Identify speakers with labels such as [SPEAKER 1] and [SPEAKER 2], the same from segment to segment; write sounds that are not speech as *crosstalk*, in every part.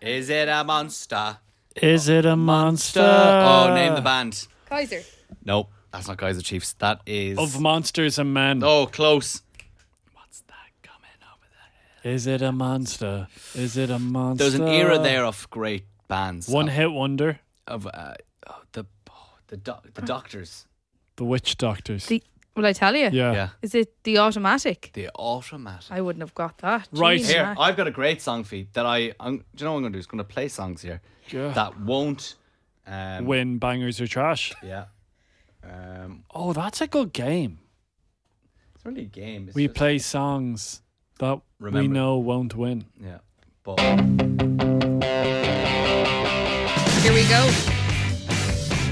[SPEAKER 1] Is it a monster?
[SPEAKER 2] Is it a monster?
[SPEAKER 1] Oh, name the band.
[SPEAKER 3] Kaiser.
[SPEAKER 1] Nope, that's not Kaiser Chiefs. That is.
[SPEAKER 2] Of monsters and men.
[SPEAKER 1] oh, close. What's that coming over there?
[SPEAKER 2] Is it a monster? Is it a monster?
[SPEAKER 1] There's an era there of great bands.
[SPEAKER 2] One
[SPEAKER 1] of,
[SPEAKER 2] hit wonder.
[SPEAKER 1] of uh, oh, the oh, the doc, the Doctors.
[SPEAKER 2] The witch doctors.
[SPEAKER 3] The, will I tell you?
[SPEAKER 2] yeah.
[SPEAKER 1] Yeah,
[SPEAKER 3] Is it the automatic?
[SPEAKER 1] the Automatic.
[SPEAKER 3] I wouldn't have got that.
[SPEAKER 2] Right.
[SPEAKER 3] Jeez,
[SPEAKER 1] Here,
[SPEAKER 3] Mac.
[SPEAKER 1] I've got a great song for you that I. I'm, do you know what I'm going to do? Is going to play songs here
[SPEAKER 2] Yeah.
[SPEAKER 1] that won't. Um,
[SPEAKER 2] When bangers are trash.
[SPEAKER 1] Yeah. Um,
[SPEAKER 2] Oh, that's a good game.
[SPEAKER 1] it's really a game. It's
[SPEAKER 2] We
[SPEAKER 1] just-
[SPEAKER 2] play songs that we
[SPEAKER 1] Remember.
[SPEAKER 2] know won't win.
[SPEAKER 1] Yeah. But
[SPEAKER 3] Here we go.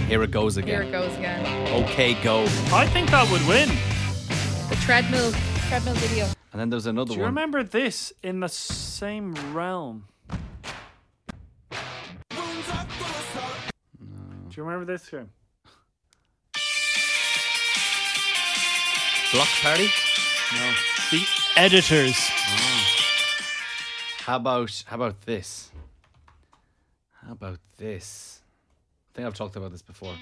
[SPEAKER 1] here it goes
[SPEAKER 3] Here it
[SPEAKER 1] again.
[SPEAKER 3] goes again.
[SPEAKER 1] Okay, go.
[SPEAKER 2] I think that would win.
[SPEAKER 3] The treadmill. Treadmill video.
[SPEAKER 1] And then there's another
[SPEAKER 2] Do you
[SPEAKER 1] one.
[SPEAKER 2] remember this in the same realm? Do you remember this game?
[SPEAKER 1] Block Party? No.
[SPEAKER 2] The editors.
[SPEAKER 1] How about how about this? How about this? I think I've talked about this before.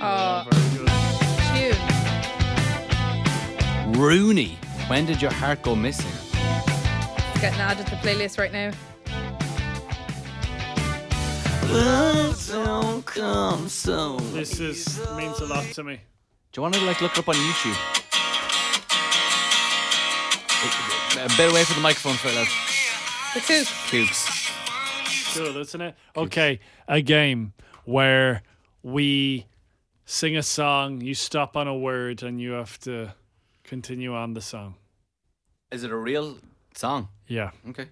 [SPEAKER 3] Oh,
[SPEAKER 1] Uh,
[SPEAKER 3] shoot.
[SPEAKER 1] Rooney. When did your heart go missing?
[SPEAKER 3] It's getting added to the playlist right now.
[SPEAKER 2] This is means a lot to me.
[SPEAKER 1] Do you want to like look it up on YouTube? A- A bit away from the microphone for that.
[SPEAKER 3] The two.
[SPEAKER 1] Kooks.
[SPEAKER 2] Cool, isn't it? Okay, a game where we sing a song, you stop on a word, and you have to continue on the song.
[SPEAKER 1] Is it a real song?
[SPEAKER 2] Yeah.
[SPEAKER 1] Okay.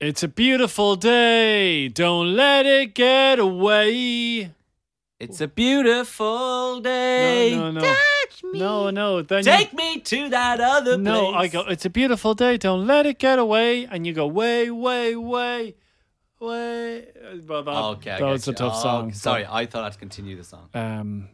[SPEAKER 2] It's a beautiful day. Don't let it get away.
[SPEAKER 1] It's a beautiful day.
[SPEAKER 2] No, no, no. No, no. Then you-
[SPEAKER 1] Take me to that other
[SPEAKER 2] no,
[SPEAKER 1] place.
[SPEAKER 2] I go, it's a beautiful day. Don't let it get away. And you go, way, way, way, way. Well, that,
[SPEAKER 1] Okay, I
[SPEAKER 2] that was
[SPEAKER 1] get
[SPEAKER 2] a
[SPEAKER 1] you.
[SPEAKER 2] tough
[SPEAKER 1] Oh,
[SPEAKER 2] song. but-
[SPEAKER 1] Sorry, I thought I'd continue the song.
[SPEAKER 2] Um,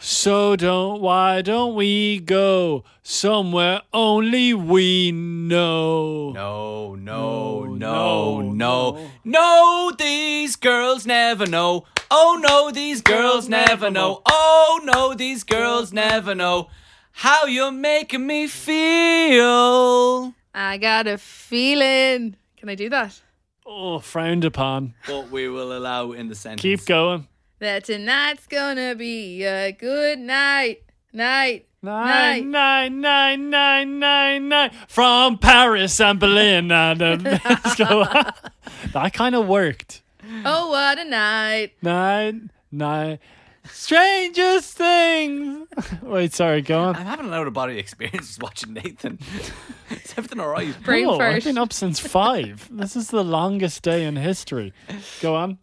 [SPEAKER 2] so don't why don't we go somewhere only we know?
[SPEAKER 1] No, no,
[SPEAKER 2] No,
[SPEAKER 1] no,
[SPEAKER 2] no,
[SPEAKER 1] no,
[SPEAKER 2] no.
[SPEAKER 1] no. these girls never know. Oh no, these girls never know. Oh no, these girls never know how you're making me feel.
[SPEAKER 3] I got a feeling. Can I do that?
[SPEAKER 2] Oh, frowned upon.
[SPEAKER 1] But we will allow in the sentence.
[SPEAKER 2] Keep going.
[SPEAKER 3] That tonight's gonna be a good night. Night.
[SPEAKER 2] Nine, nine, nine, nine, nine, nine. From Paris and Berlin and uh, Mexico. *laughs* that kind of worked.
[SPEAKER 3] Oh, what a night.
[SPEAKER 2] Nine, nine. Strangest things. *laughs* Wait, sorry, go on.
[SPEAKER 1] I'm having an out of body experience just watching Nathan. *laughs* Is everything alright?
[SPEAKER 3] Brain
[SPEAKER 2] No, I've
[SPEAKER 3] first.
[SPEAKER 2] been up since five. this is the longest day in history. Go on.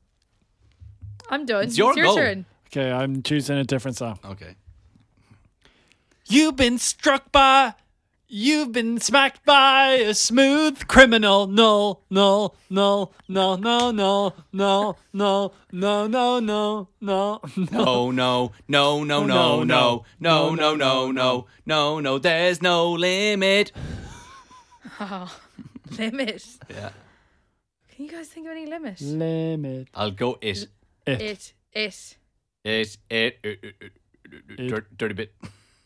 [SPEAKER 3] I'm done. It's
[SPEAKER 1] your
[SPEAKER 3] your
[SPEAKER 1] goal.
[SPEAKER 3] turn. *laughs*
[SPEAKER 2] Okay, I'm choosing a different song.
[SPEAKER 1] Okay.
[SPEAKER 2] You've been struck by, you've been smacked by a smooth criminal. No, no, no, no, no, no, no, no, no, no, no, no.
[SPEAKER 1] Oh no, no, no, no, no, no, no, no, no, no, no, there's no limit.
[SPEAKER 3] Oh, limit.
[SPEAKER 1] Yeah.
[SPEAKER 3] Can you guys think of any limit?
[SPEAKER 2] Limit.
[SPEAKER 1] I'll go it.
[SPEAKER 2] It.
[SPEAKER 3] It. It.
[SPEAKER 1] It, it, it, it, it, it,
[SPEAKER 2] It.
[SPEAKER 1] dirt- dirty bit.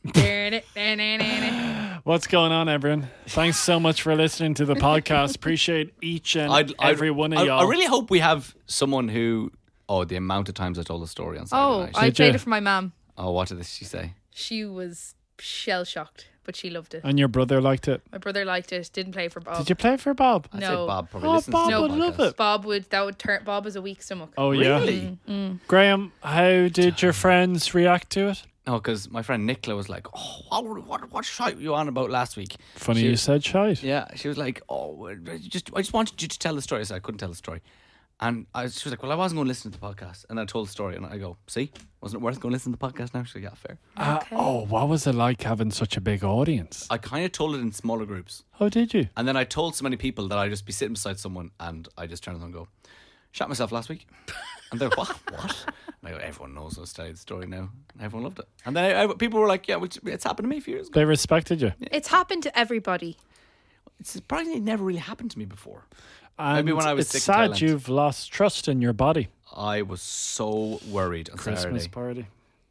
[SPEAKER 3] Burn it. Burn it, burn it.
[SPEAKER 2] What's going on, everyone? Thanks so much for listening to the podcast. Appreciate each and
[SPEAKER 1] I'd, I'd,
[SPEAKER 2] every one
[SPEAKER 1] I,
[SPEAKER 2] of y'all.
[SPEAKER 1] I really hope we have someone who. Oh, the amount of times I told the story on Saturday
[SPEAKER 3] Oh,
[SPEAKER 1] night.
[SPEAKER 3] I
[SPEAKER 2] Did
[SPEAKER 3] played
[SPEAKER 2] you?
[SPEAKER 3] it for my mum.
[SPEAKER 1] oh, what did she say?
[SPEAKER 3] She was shell shocked, but she loved it.
[SPEAKER 2] and your brother liked it.
[SPEAKER 3] My brother liked it. Didn't play for Bob.
[SPEAKER 2] Did you play for Bob?
[SPEAKER 1] I
[SPEAKER 3] No.
[SPEAKER 1] said Bob probably
[SPEAKER 2] Oh,
[SPEAKER 1] listens
[SPEAKER 2] Bob
[SPEAKER 1] to the
[SPEAKER 2] would love
[SPEAKER 1] podcast.
[SPEAKER 2] it.
[SPEAKER 3] Bob would that would turn Bob is a weak stomach.
[SPEAKER 2] Oh yeah.
[SPEAKER 1] Really?
[SPEAKER 2] Graham, how did your friends react to it?
[SPEAKER 1] No, because my friend Nicola was like, "Oh, what, what, what shite were you on about last week?"
[SPEAKER 2] Funny
[SPEAKER 1] She-
[SPEAKER 2] you said shite.
[SPEAKER 1] Yeah, she was like, "Oh, I just I just wanted you to tell the story." I said I couldn't tell the story, and I, she was like, "Well, I wasn't going to listen to the podcast," and I told the story, and I go, "See, wasn't it worth going to listen to the podcast?" Now she's like, "Yeah, fair."
[SPEAKER 2] Uh, oh, what was it like having such a big audience?
[SPEAKER 1] I kind of told it in smaller groups,
[SPEAKER 2] How did you?
[SPEAKER 1] and then I told so many people that I'd just be sitting beside someone, and I just turn to them and go, "Shot myself last week," *laughs* and they're what? what? And I go, "Everyone knows I was telling the story now." And everyone loved it, and then I, I- people were like, "Yeah, which, it's happened to me a few years ago."
[SPEAKER 2] They respected you.
[SPEAKER 3] It's happened to everybody.
[SPEAKER 1] It's surprisingly it never really happened to me before.
[SPEAKER 2] And
[SPEAKER 1] when I was
[SPEAKER 2] it's
[SPEAKER 1] sick in
[SPEAKER 2] sad
[SPEAKER 1] Thailand.
[SPEAKER 2] you've lost trust in your body.
[SPEAKER 1] I was so worried on
[SPEAKER 2] Christmas
[SPEAKER 1] Saturday.
[SPEAKER 2] party.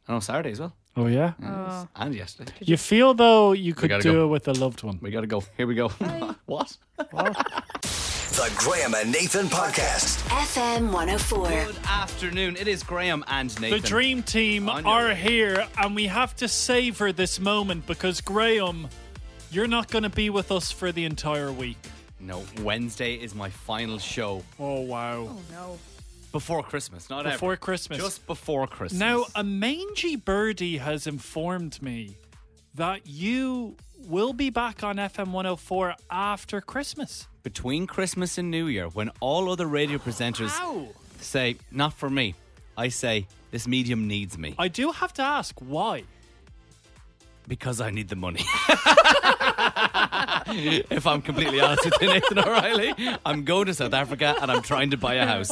[SPEAKER 1] And on Saturday as well.
[SPEAKER 2] Oh yeah.
[SPEAKER 3] Oh.
[SPEAKER 1] And yesterday.
[SPEAKER 2] You feel though you could
[SPEAKER 1] gotta
[SPEAKER 2] do
[SPEAKER 1] go.
[SPEAKER 2] it with a loved one.
[SPEAKER 1] We gotta go. Here we go. *laughs* what?
[SPEAKER 4] The Graham and Nathan Podcast.
[SPEAKER 5] FM 104.
[SPEAKER 1] Good afternoon. It is Graham and
[SPEAKER 2] The
[SPEAKER 1] Nathan.
[SPEAKER 2] dream team
[SPEAKER 1] On your
[SPEAKER 2] are
[SPEAKER 1] way.
[SPEAKER 2] here, and we have to savor this moment because Graham, you're not going to be with us for the entire week.
[SPEAKER 1] No, Wednesday is my final show
[SPEAKER 2] Oh wow!
[SPEAKER 3] Oh no.
[SPEAKER 1] before Christmas. Not ever.
[SPEAKER 2] Before Christmas.
[SPEAKER 1] Just before Christmas.
[SPEAKER 2] Now, a mangy birdie has informed me that you will be back on FM 104 after Christmas.
[SPEAKER 1] between Christmas and New Year, when all other radio presenters say, not for me, I say, this medium needs me
[SPEAKER 2] I do have to ask why.
[SPEAKER 1] because I need the money. *laughs* if I'm completely honest with you, Nathan O'Reilly, I'm going to South Africa and I'm trying to buy a house.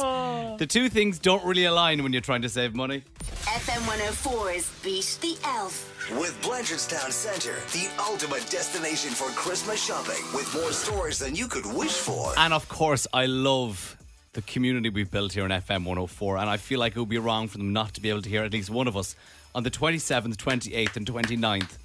[SPEAKER 1] The two things don't really align when you're trying to save money.
[SPEAKER 5] FM 104's Beat the Elf.
[SPEAKER 4] With Blanchardstown Center, the ultimate destination for Christmas shopping with more stores than you could wish for.
[SPEAKER 1] And of course, I love the community we've built here in FM 104, and I feel like it would be wrong for them not to be able to hear at least one of us on the 27th, 28th, and 29th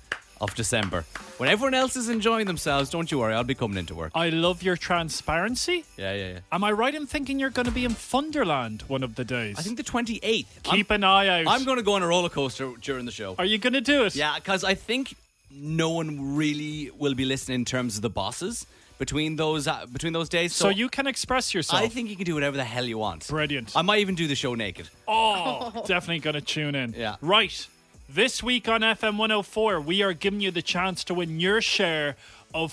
[SPEAKER 1] of December. When everyone else is enjoying themselves, don't you worry, I'll be coming into work.
[SPEAKER 2] I love your transparency.
[SPEAKER 1] Yeah, yeah, yeah.
[SPEAKER 2] Am I right in thinking you're going to be in Thunderland one of the days?
[SPEAKER 1] I think the 28th.
[SPEAKER 2] Keep
[SPEAKER 1] I'm,
[SPEAKER 2] an eye out.
[SPEAKER 1] I'm going to go on a roller coaster during the show.
[SPEAKER 2] Are you going to do it?
[SPEAKER 1] Yeah, because I think no one really will be listening in terms of the bosses between those uh, between those days.
[SPEAKER 2] So you can express yourself.
[SPEAKER 1] I think you can do whatever the hell you want.
[SPEAKER 2] Brilliant.
[SPEAKER 1] I might even do the show naked.
[SPEAKER 2] Oh, definitely going to tune in.
[SPEAKER 1] Yeah.
[SPEAKER 2] Right. This week on FM 104, we are giving you the chance to win your share of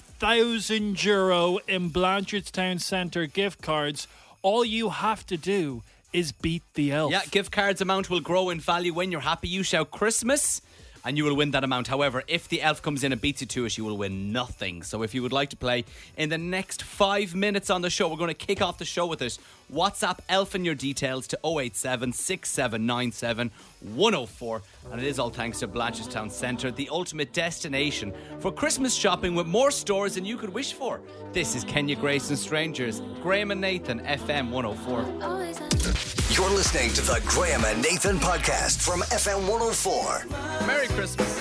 [SPEAKER 2] 5,000 euro in Blanchardstown Centre gift cards. All you have to do is beat the elf.
[SPEAKER 1] Yeah, gift cards amount will grow in value when you're happy. You shout Christmas and you will win that amount. However, if the elf comes in and beats you to it, you will win nothing. So if you would like to play in the next five minutes on the show, we're going to kick off the show with this. WhatsApp elf and your details to 087 6797 104. And it is all thanks to Blanchestown Centre, the ultimate destination for Christmas shopping with more stores than you could wish for. This is Kenya Grace and Strangers, Graham and Nathan, FM 104.
[SPEAKER 4] You're listening to the Graham and Nathan Podcast from FM 104.
[SPEAKER 1] Merry Christmas.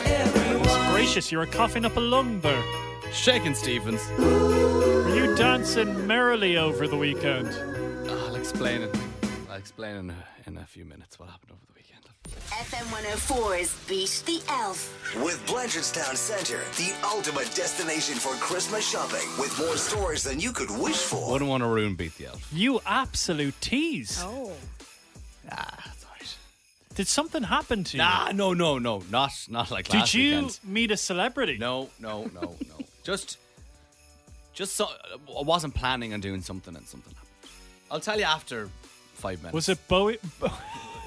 [SPEAKER 2] Gracious, you were coughing up a lung there.
[SPEAKER 1] Shaking Stevens.
[SPEAKER 2] Were you dancing merrily over the weekend?
[SPEAKER 1] Ah, I'll explain it. I'll explain in a, in a few minutes what happened over the weekend.
[SPEAKER 5] FM 104's Beat the Elf.
[SPEAKER 4] With Blanchardstown Center, the ultimate destination for Christmas shopping with more stores than you could wish for.
[SPEAKER 1] Wouldn't want to ruin Beat the Elf.
[SPEAKER 2] You absolute tease.
[SPEAKER 3] Oh.
[SPEAKER 1] Ah, that's alright.
[SPEAKER 2] Did something happen to you?
[SPEAKER 1] Nah, no, no, no. Not not like
[SPEAKER 2] Did
[SPEAKER 1] last
[SPEAKER 2] you
[SPEAKER 1] weekend.
[SPEAKER 2] meet a celebrity?
[SPEAKER 1] No, no, no, no. just, just so I wasn't planning on doing something and something happened. I'll tell you after five minutes.
[SPEAKER 2] Was it Bowie?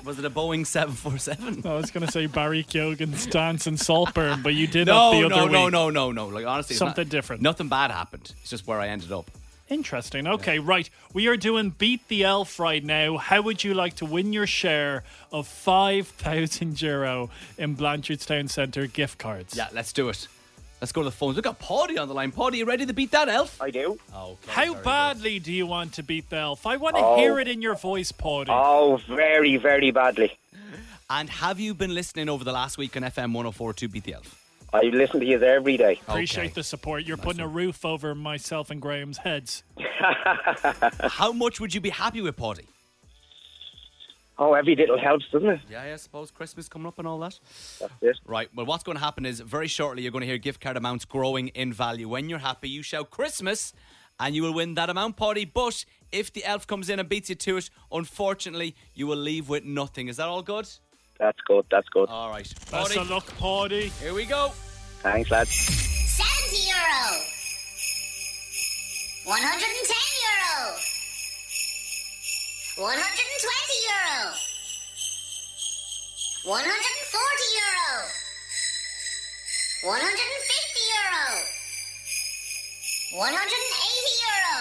[SPEAKER 1] was it a Boeing seven four seven?
[SPEAKER 2] I was going to say Barry Keoghan's dance in Saltburn, but you did up the
[SPEAKER 1] No,
[SPEAKER 2] other
[SPEAKER 1] no,
[SPEAKER 2] week.
[SPEAKER 1] no, no, no, no. Like honestly, it's not-
[SPEAKER 2] Something different.
[SPEAKER 1] Nothing bad happened. It's just where I ended up.
[SPEAKER 2] Interesting. Okay, right. We are doing Beat the Elf right now. How would you like to win your share of 5,000 euro in Blanchardstown Centre gift cards?
[SPEAKER 1] Yeah, let's do it. Let's go to the phones. We've got Paddy on the line. Paddy, you ready to beat that elf?
[SPEAKER 6] I do.
[SPEAKER 2] Oh.
[SPEAKER 1] Okay.
[SPEAKER 2] How
[SPEAKER 1] very good.
[SPEAKER 2] badly do you want to beat the elf? I want to
[SPEAKER 6] Oh.
[SPEAKER 2] hear it in your voice, Paddy.
[SPEAKER 6] Oh, very, very badly.
[SPEAKER 1] And have you been listening over the last week on FM 104 to Beat the Elf?
[SPEAKER 6] I listen to you every day.
[SPEAKER 2] Appreciate
[SPEAKER 1] okay.
[SPEAKER 2] the support. You're putting a roof over myself and Graham's heads.
[SPEAKER 1] How much would you be happy with, Potty?
[SPEAKER 6] Oh, every little helps, doesn't it?
[SPEAKER 1] Yeah, yeah, I suppose Christmas coming up and all that.
[SPEAKER 6] That's it.
[SPEAKER 1] Right, well, what's going to happen is very shortly you're going to hear gift card amounts growing in value. When you're happy, you shout Christmas and you will win that amount, Potty. But if the elf comes in and beats you to it, unfortunately, you will leave with nothing. Is that all good?
[SPEAKER 6] That's good. That's good.
[SPEAKER 2] Oh.
[SPEAKER 1] All right,
[SPEAKER 2] Best
[SPEAKER 1] Potty,
[SPEAKER 2] of luck, Paddy.
[SPEAKER 1] here we go.
[SPEAKER 6] Thanks, lads.
[SPEAKER 7] 70 euro. 110 euro. 120 euro. 140 euro. 150 euro. 180 euro.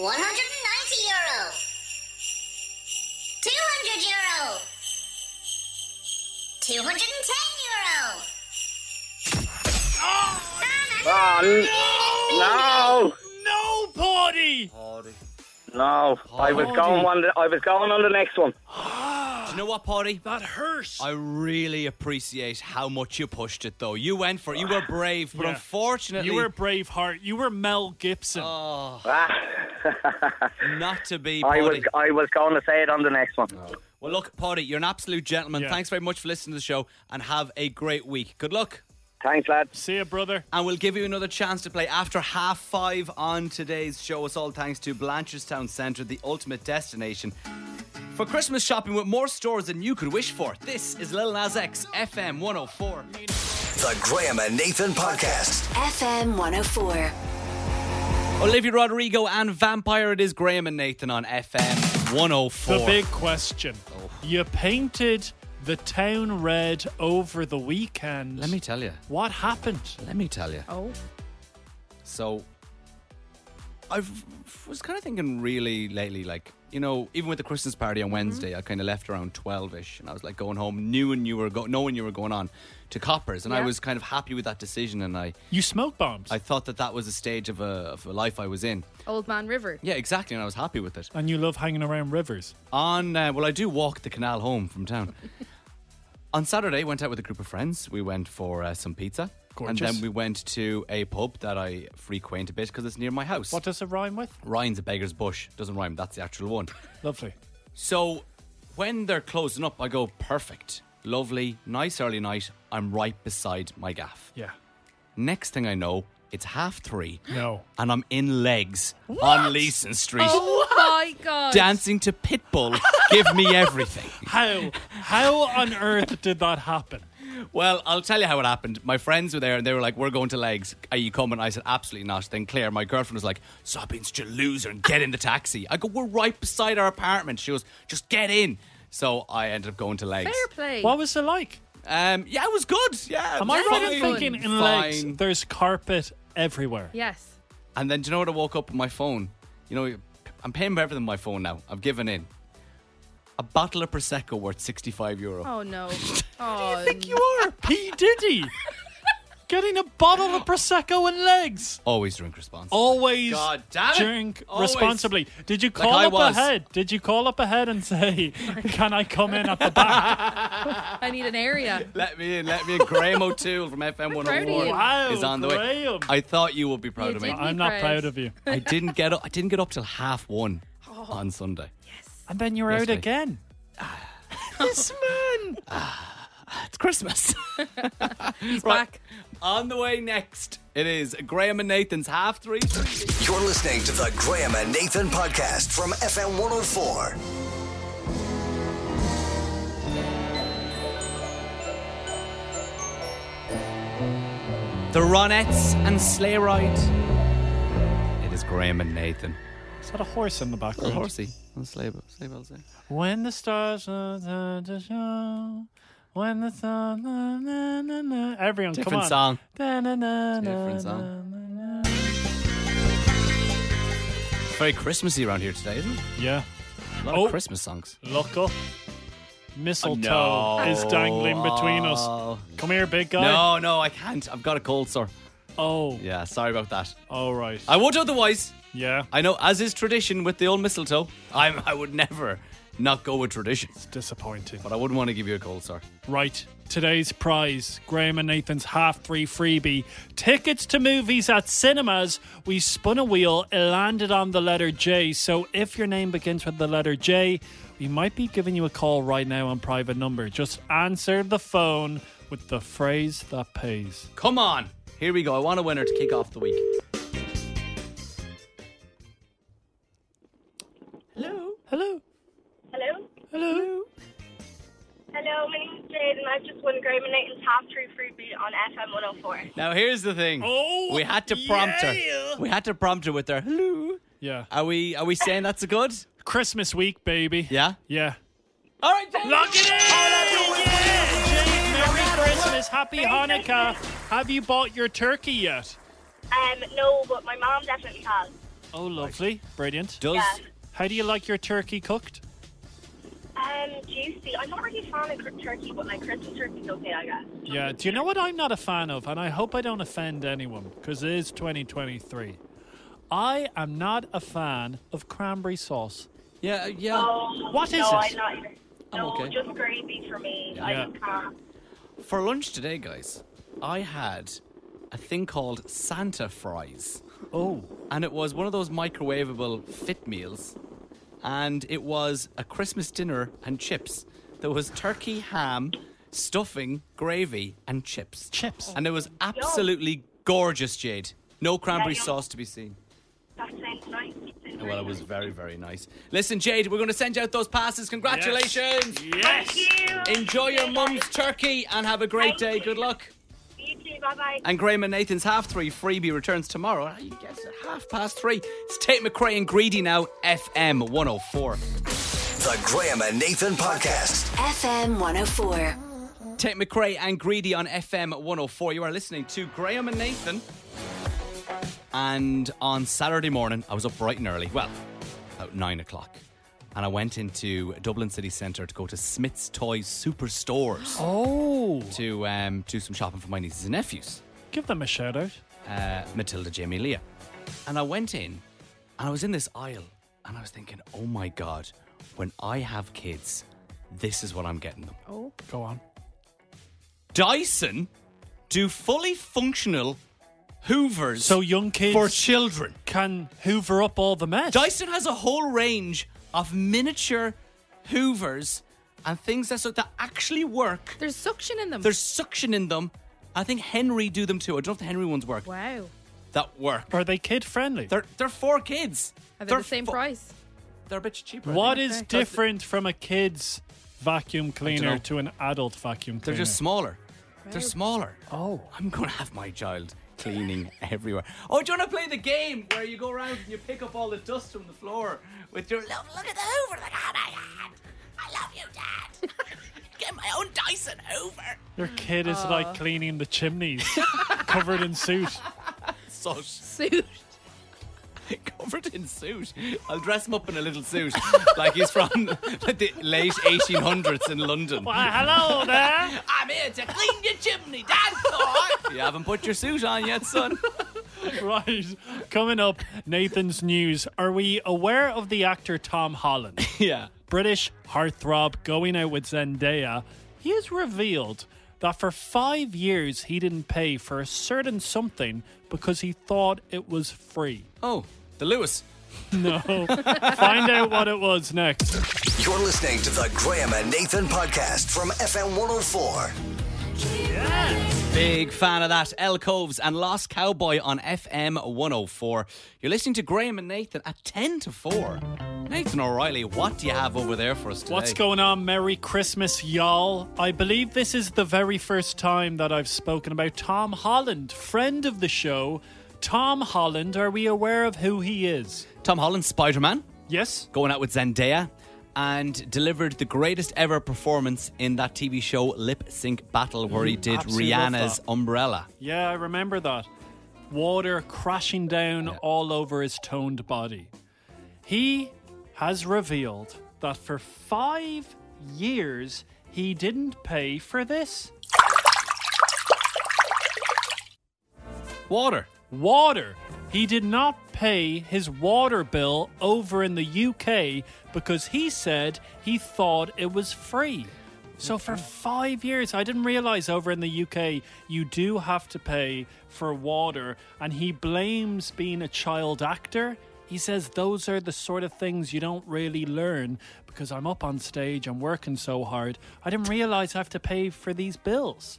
[SPEAKER 7] 190 euro. 200 euro. 210 euro. Come on,
[SPEAKER 6] Oh,
[SPEAKER 2] No, Porty!
[SPEAKER 1] Party.
[SPEAKER 6] no. No. I
[SPEAKER 2] Oh.
[SPEAKER 6] was going on the, I was going on the next one.
[SPEAKER 1] Do you know what, Party?
[SPEAKER 2] That hurts.
[SPEAKER 1] I really appreciate how much you pushed it, though. You went for it. You were brave, but
[SPEAKER 2] Yeah.
[SPEAKER 1] unfortunately,
[SPEAKER 2] you were Braveheart. You were Mel Gibson.
[SPEAKER 1] Oh,
[SPEAKER 6] Ah.
[SPEAKER 1] not to be,
[SPEAKER 6] I was
[SPEAKER 1] Party.
[SPEAKER 6] I was going to say it on the next one.
[SPEAKER 2] Oh.
[SPEAKER 1] Well, look, Party, you're an absolute gentleman.
[SPEAKER 2] Yeah.
[SPEAKER 1] Thanks very much for listening to the show, and have a great week. Good luck.
[SPEAKER 6] Thanks, lads.
[SPEAKER 2] See ya, brother.
[SPEAKER 1] And we'll give you another chance to play after half five on today's show. It's all thanks to Blanchardstown Centre, the ultimate destination for Christmas shopping with more stores than you could wish for. This is Lil Nas X, FM 104.
[SPEAKER 4] The Graham and Nathan Podcast.
[SPEAKER 5] FM 104.
[SPEAKER 1] Olivia Rodrigo and Vampire, it is Graham and Nathan on FM 104.
[SPEAKER 2] The big question.
[SPEAKER 1] Oh.
[SPEAKER 2] You painted the town red over the weekend.
[SPEAKER 1] Let me tell you.
[SPEAKER 2] What happened?
[SPEAKER 1] Let me tell you.
[SPEAKER 3] Oh.
[SPEAKER 1] So, I was kind of thinking really lately, like, you know, even with the Christmas party on Wednesday, I kind of left around 12 ish and I was like going home, knew and you were go- knowing you were going on to Coppers. And I
[SPEAKER 3] Yeah.
[SPEAKER 1] was kind of happy with that decision. And I,
[SPEAKER 2] You smoke bombs.
[SPEAKER 1] I thought that that was a stage of a, of a life I was in.
[SPEAKER 3] Old
[SPEAKER 2] *laughs*
[SPEAKER 3] Man River.
[SPEAKER 1] Yeah, exactly. And I was happy with it.
[SPEAKER 2] and you love hanging around rivers.
[SPEAKER 1] On uh, well, I do walk the canal home from
[SPEAKER 2] *laughs*
[SPEAKER 1] town. On Saturday, went out with a group of friends. We went for uh, some pizza, and
[SPEAKER 2] Gorgeous.
[SPEAKER 1] then we went to a pub that I frequent a bit because it's near my house.
[SPEAKER 2] What does it rhyme with?
[SPEAKER 1] Ryan's a beggar's bush doesn't rhyme. That's the actual one.
[SPEAKER 2] Lovely.
[SPEAKER 1] So when they're closing up, I go perfect, lovely, nice early night. I'm right beside my gaff.
[SPEAKER 2] Yeah.
[SPEAKER 1] Next thing I know, it's half three, *laughs*
[SPEAKER 2] No.
[SPEAKER 1] and I'm in legs on Leeson Street,
[SPEAKER 3] Oh my god.
[SPEAKER 1] dancing to Pitbull. Give me everything.
[SPEAKER 2] How? How on earth did that happen?
[SPEAKER 1] Well, I'll tell you how it happened. My friends were there and they were like, We're going to legs. Are you coming? I said, Absolutely not. Then Claire, my girlfriend, was like, Stop being such a loser and get in the taxi. I go, We're right beside our apartment. She goes, Just get in. So I ended up going to legs.
[SPEAKER 3] Fair play.
[SPEAKER 2] What was it like?
[SPEAKER 1] Um, yeah, it was good. Yeah.
[SPEAKER 2] Am
[SPEAKER 1] it
[SPEAKER 2] I
[SPEAKER 1] was
[SPEAKER 2] right
[SPEAKER 1] fine.
[SPEAKER 2] in thinking in legs
[SPEAKER 1] Fine.
[SPEAKER 2] there's carpet everywhere?
[SPEAKER 3] Yes.
[SPEAKER 1] And then do you know what? I woke up with my phone. You know, I'm paying for everything on my phone now. I've given in. A bottle of prosecco worth 65 euro.
[SPEAKER 2] *laughs*
[SPEAKER 3] Oh no. Oh.
[SPEAKER 2] think you are P
[SPEAKER 1] *laughs*
[SPEAKER 2] Diddy. Getting a bottle of prosecco and legs.
[SPEAKER 1] Always drink responsibly.
[SPEAKER 2] Always
[SPEAKER 1] God damn it.
[SPEAKER 2] drink
[SPEAKER 1] Always.
[SPEAKER 2] responsibly. Did you call
[SPEAKER 1] I
[SPEAKER 2] up
[SPEAKER 1] was.
[SPEAKER 2] ahead? Did you call up ahead and say, "Can I come in at the back?"
[SPEAKER 3] I need an area.
[SPEAKER 1] Let me in, let me in. Graham O'Toole from FM
[SPEAKER 3] proud of
[SPEAKER 1] 104
[SPEAKER 3] you.
[SPEAKER 2] Wow,
[SPEAKER 1] is on the way.
[SPEAKER 2] Graham.
[SPEAKER 1] I thought you would be proud
[SPEAKER 3] You
[SPEAKER 1] of me.
[SPEAKER 3] did.
[SPEAKER 2] I'm
[SPEAKER 3] Be
[SPEAKER 2] not
[SPEAKER 3] proud.
[SPEAKER 2] proud of you.
[SPEAKER 1] I didn't get up. I didn't get up till half one
[SPEAKER 3] Oh.
[SPEAKER 1] on Sunday.
[SPEAKER 2] And then you're out
[SPEAKER 1] Yesterday. *laughs*
[SPEAKER 2] again.
[SPEAKER 1] This man. it's Christmas.
[SPEAKER 3] He's
[SPEAKER 1] Right.
[SPEAKER 3] back.
[SPEAKER 1] *laughs* on the way next, it is Graham and Nathan's half three.
[SPEAKER 4] You're listening to the Graham and Nathan Podcast from FM 104.
[SPEAKER 1] The Ronettes and Sleigh Ride. It is Graham and Nathan.
[SPEAKER 2] Is that a horse in the background?
[SPEAKER 1] Horsey on sleigh, sleigh bells. eh?
[SPEAKER 2] When the stars are there to show, when the sun, na, na, na, na. everyone, come
[SPEAKER 1] Different
[SPEAKER 2] on.
[SPEAKER 1] song.
[SPEAKER 2] Da, na, na, na,
[SPEAKER 1] Different song.
[SPEAKER 2] na, na, na.
[SPEAKER 1] It's very Christmassy around here today, isn't it?
[SPEAKER 2] Yeah,
[SPEAKER 1] A lot
[SPEAKER 2] Oh.
[SPEAKER 1] of Christmas songs.
[SPEAKER 2] look up.
[SPEAKER 1] No.
[SPEAKER 2] Mistletoe is dangling between
[SPEAKER 1] Oh.
[SPEAKER 2] us. Come here, big guy.
[SPEAKER 1] No, no, I can't. I've got a cold sore.
[SPEAKER 2] Oh,
[SPEAKER 1] Yeah, sorry about that.
[SPEAKER 2] all right.
[SPEAKER 1] I would otherwise.
[SPEAKER 2] yeah,
[SPEAKER 1] I know, as is tradition with the old mistletoe, I'm, I would never not go with tradition.
[SPEAKER 2] it's disappointing.
[SPEAKER 1] But I wouldn't want to give you a cold sore.
[SPEAKER 2] Right, today's prize Graham and Nathan's half three freebie tickets to movies at cinemas. We spun a wheel, it landed on the letter J. So if your name begins with the letter J, we might be giving you a call right now on private number. Just answer the phone with the phrase that pays.
[SPEAKER 1] Come on. Here we go. I want a winner to kick off the week.
[SPEAKER 2] Hello, hello,
[SPEAKER 8] Hello.
[SPEAKER 2] hello.
[SPEAKER 8] Hello, my name's Jade, and I've just won Graham and Nathan's Half True Freebie on FM 104.
[SPEAKER 1] Now, here's the thing.
[SPEAKER 2] Oh,
[SPEAKER 1] we had to prompt her. We had to prompt her with her hello.
[SPEAKER 2] Yeah,
[SPEAKER 1] Are we are we saying that's a good?
[SPEAKER 2] Christmas week, baby.
[SPEAKER 1] Yeah.
[SPEAKER 2] yeah.
[SPEAKER 1] All right, Jane.
[SPEAKER 2] Lock it in! Yeah, Jade, Merry Christmas, Happy Hanukkah. Have you bought your turkey yet?
[SPEAKER 8] Um, no, but my mom definitely has.
[SPEAKER 2] Oh, lovely. Brilliant.
[SPEAKER 1] Does
[SPEAKER 8] Yeah.
[SPEAKER 2] How do you like your turkey cooked?
[SPEAKER 8] Um, Um, juicy. I'm not really a fan of cr- turkey, but like Christmas turkey's okay, I guess.
[SPEAKER 2] Yeah, do you know what I'm not a fan of? And I hope I don't offend anyone because it is 2023. I am not a fan of cranberry sauce.
[SPEAKER 1] Yeah, uh, yeah.
[SPEAKER 8] Oh,
[SPEAKER 2] What is
[SPEAKER 8] no,
[SPEAKER 2] it?
[SPEAKER 8] I'm not either.
[SPEAKER 1] I'm
[SPEAKER 8] no,
[SPEAKER 1] okay.
[SPEAKER 8] just gravy for me.
[SPEAKER 2] Yeah.
[SPEAKER 8] I just can't.
[SPEAKER 1] For lunch today, guys, I had a thing called Santa fries.
[SPEAKER 2] Oh,
[SPEAKER 1] and it was one of those microwavable fit meals and it was a christmas dinner and chips there was turkey ham stuffing gravy and chips
[SPEAKER 2] Chips.
[SPEAKER 1] and it was absolutely gorgeous jade no cranberry
[SPEAKER 8] Yeah, yeah.
[SPEAKER 1] sauce to be seen
[SPEAKER 8] That sounds nice. Sounds
[SPEAKER 1] well
[SPEAKER 8] very
[SPEAKER 1] it was
[SPEAKER 8] nice.
[SPEAKER 1] very very nice listen jade we're going to send you out those passes congratulations
[SPEAKER 2] Yes.
[SPEAKER 8] Thank you.
[SPEAKER 1] enjoy your
[SPEAKER 8] Bye-bye.
[SPEAKER 1] mum's turkey and have a great
[SPEAKER 8] Thank
[SPEAKER 1] day
[SPEAKER 8] you.
[SPEAKER 1] good luck
[SPEAKER 8] You too. Bye bye.
[SPEAKER 1] and Graham and Nathan's half three freebie returns tomorrow. Ah, You guess it, half past three. It's Tate McRae and Greedy now, FM 104.
[SPEAKER 4] The Graham and Nathan Podcast.
[SPEAKER 5] FM 104.
[SPEAKER 1] Tate McRae and Greedy on FM 104. You are listening to Graham and Nathan. And on Saturday morning, I was up bright and early. Well, about nine o'clock. And I went into Dublin City Centre to go to Smith's Toys Superstores
[SPEAKER 2] Oh,
[SPEAKER 1] to um, do some shopping for my nieces and nephews.
[SPEAKER 2] give them a shout out.
[SPEAKER 1] uh, Matilda Jamie Leah. And I went in and I was in this aisle and I was thinking, oh my God, when I have kids, this is what I'm getting them.
[SPEAKER 2] Go on.
[SPEAKER 1] Dyson do fully functional Hoovers
[SPEAKER 2] So young kids
[SPEAKER 1] for children.
[SPEAKER 2] can hoover up all the mess.
[SPEAKER 1] Dyson has a whole range of miniature Hoovers and things that, so that actually work.
[SPEAKER 3] There's suction in them.
[SPEAKER 1] There's suction in them. I think Henry do them too. I don't know if the Henry ones work.
[SPEAKER 3] wow.
[SPEAKER 1] That work.
[SPEAKER 2] Are they kid friendly?
[SPEAKER 1] They're, they're four kids.
[SPEAKER 3] Are they
[SPEAKER 1] They're
[SPEAKER 3] the same
[SPEAKER 1] fo-
[SPEAKER 3] price? *laughs*
[SPEAKER 1] They're a bit cheaper. I
[SPEAKER 2] What
[SPEAKER 1] think.
[SPEAKER 2] is
[SPEAKER 3] Okay.
[SPEAKER 2] different from a kid's vacuum
[SPEAKER 1] know.
[SPEAKER 2] cleaner to an adult vacuum
[SPEAKER 1] They're
[SPEAKER 2] cleaner?
[SPEAKER 1] just smaller. They're
[SPEAKER 3] Right.
[SPEAKER 1] smaller.
[SPEAKER 2] Oh.
[SPEAKER 1] I'm going to have my child cleaning *laughs* everywhere. Oh, do you want to play the game where you go around and you pick up all the dust from the floor with your. Look, look at the Hoover that I had. I love you, Dad. *laughs* Get my own Dyson Hoover.
[SPEAKER 2] Your kid is like cleaning the chimneys, covered in soot.
[SPEAKER 1] So
[SPEAKER 3] Suit.
[SPEAKER 1] covered in soot. I'll dress him up in a little suit *laughs* like he's from like the late 1800s in London.
[SPEAKER 2] Why, Ah, hello there.
[SPEAKER 1] I'm here to clean your chimney, Dad. All right. *laughs* You haven't put your suit on yet, son.
[SPEAKER 2] Right, coming up, Nathan's news. Are we aware of the actor Tom Holland,
[SPEAKER 1] Yeah.
[SPEAKER 2] British heartthrob going out with Zendaya? He has revealed that for five years he didn't pay for a certain something because he thought it was free.
[SPEAKER 1] Oh, the Lewis.
[SPEAKER 2] No, find out what it was next.
[SPEAKER 4] You're listening to the Graham and Nathan Podcast from FM 104.
[SPEAKER 1] Big fan of that. El Coves and Lost Cowboy on FM 104. You're listening to Graham and Nathan at 10 to 4. Nathan O'Reilly, what do you have over there for us today?
[SPEAKER 2] What's going on? Merry Christmas, y'all. I believe this is the very first time that I've spoken about Tom Holland, friend of the show. Tom Holland, are we aware of who he is?
[SPEAKER 1] Tom Holland, Spider Man,
[SPEAKER 2] Yes?
[SPEAKER 1] going out with Zendaya and delivered the greatest ever performance in that TV show Lip Sync Battle, where he did
[SPEAKER 2] Mm, absolutely love
[SPEAKER 1] Rihanna's
[SPEAKER 2] that.
[SPEAKER 1] umbrella.
[SPEAKER 2] Yeah, I remember that. Water crashing down all over his toned body. He has revealed that for five years he didn't pay for this
[SPEAKER 1] Water.
[SPEAKER 2] water. He did not pay his water bill over in the UK because he said he thought it was free. So for five years, I didn't realize over in the UK you do have to pay for water, and he blames being a child actor. He says those are the sort of things you don't really learn because I'm up on stage, I'm working so hard. I didn't realize I have to pay for these bills.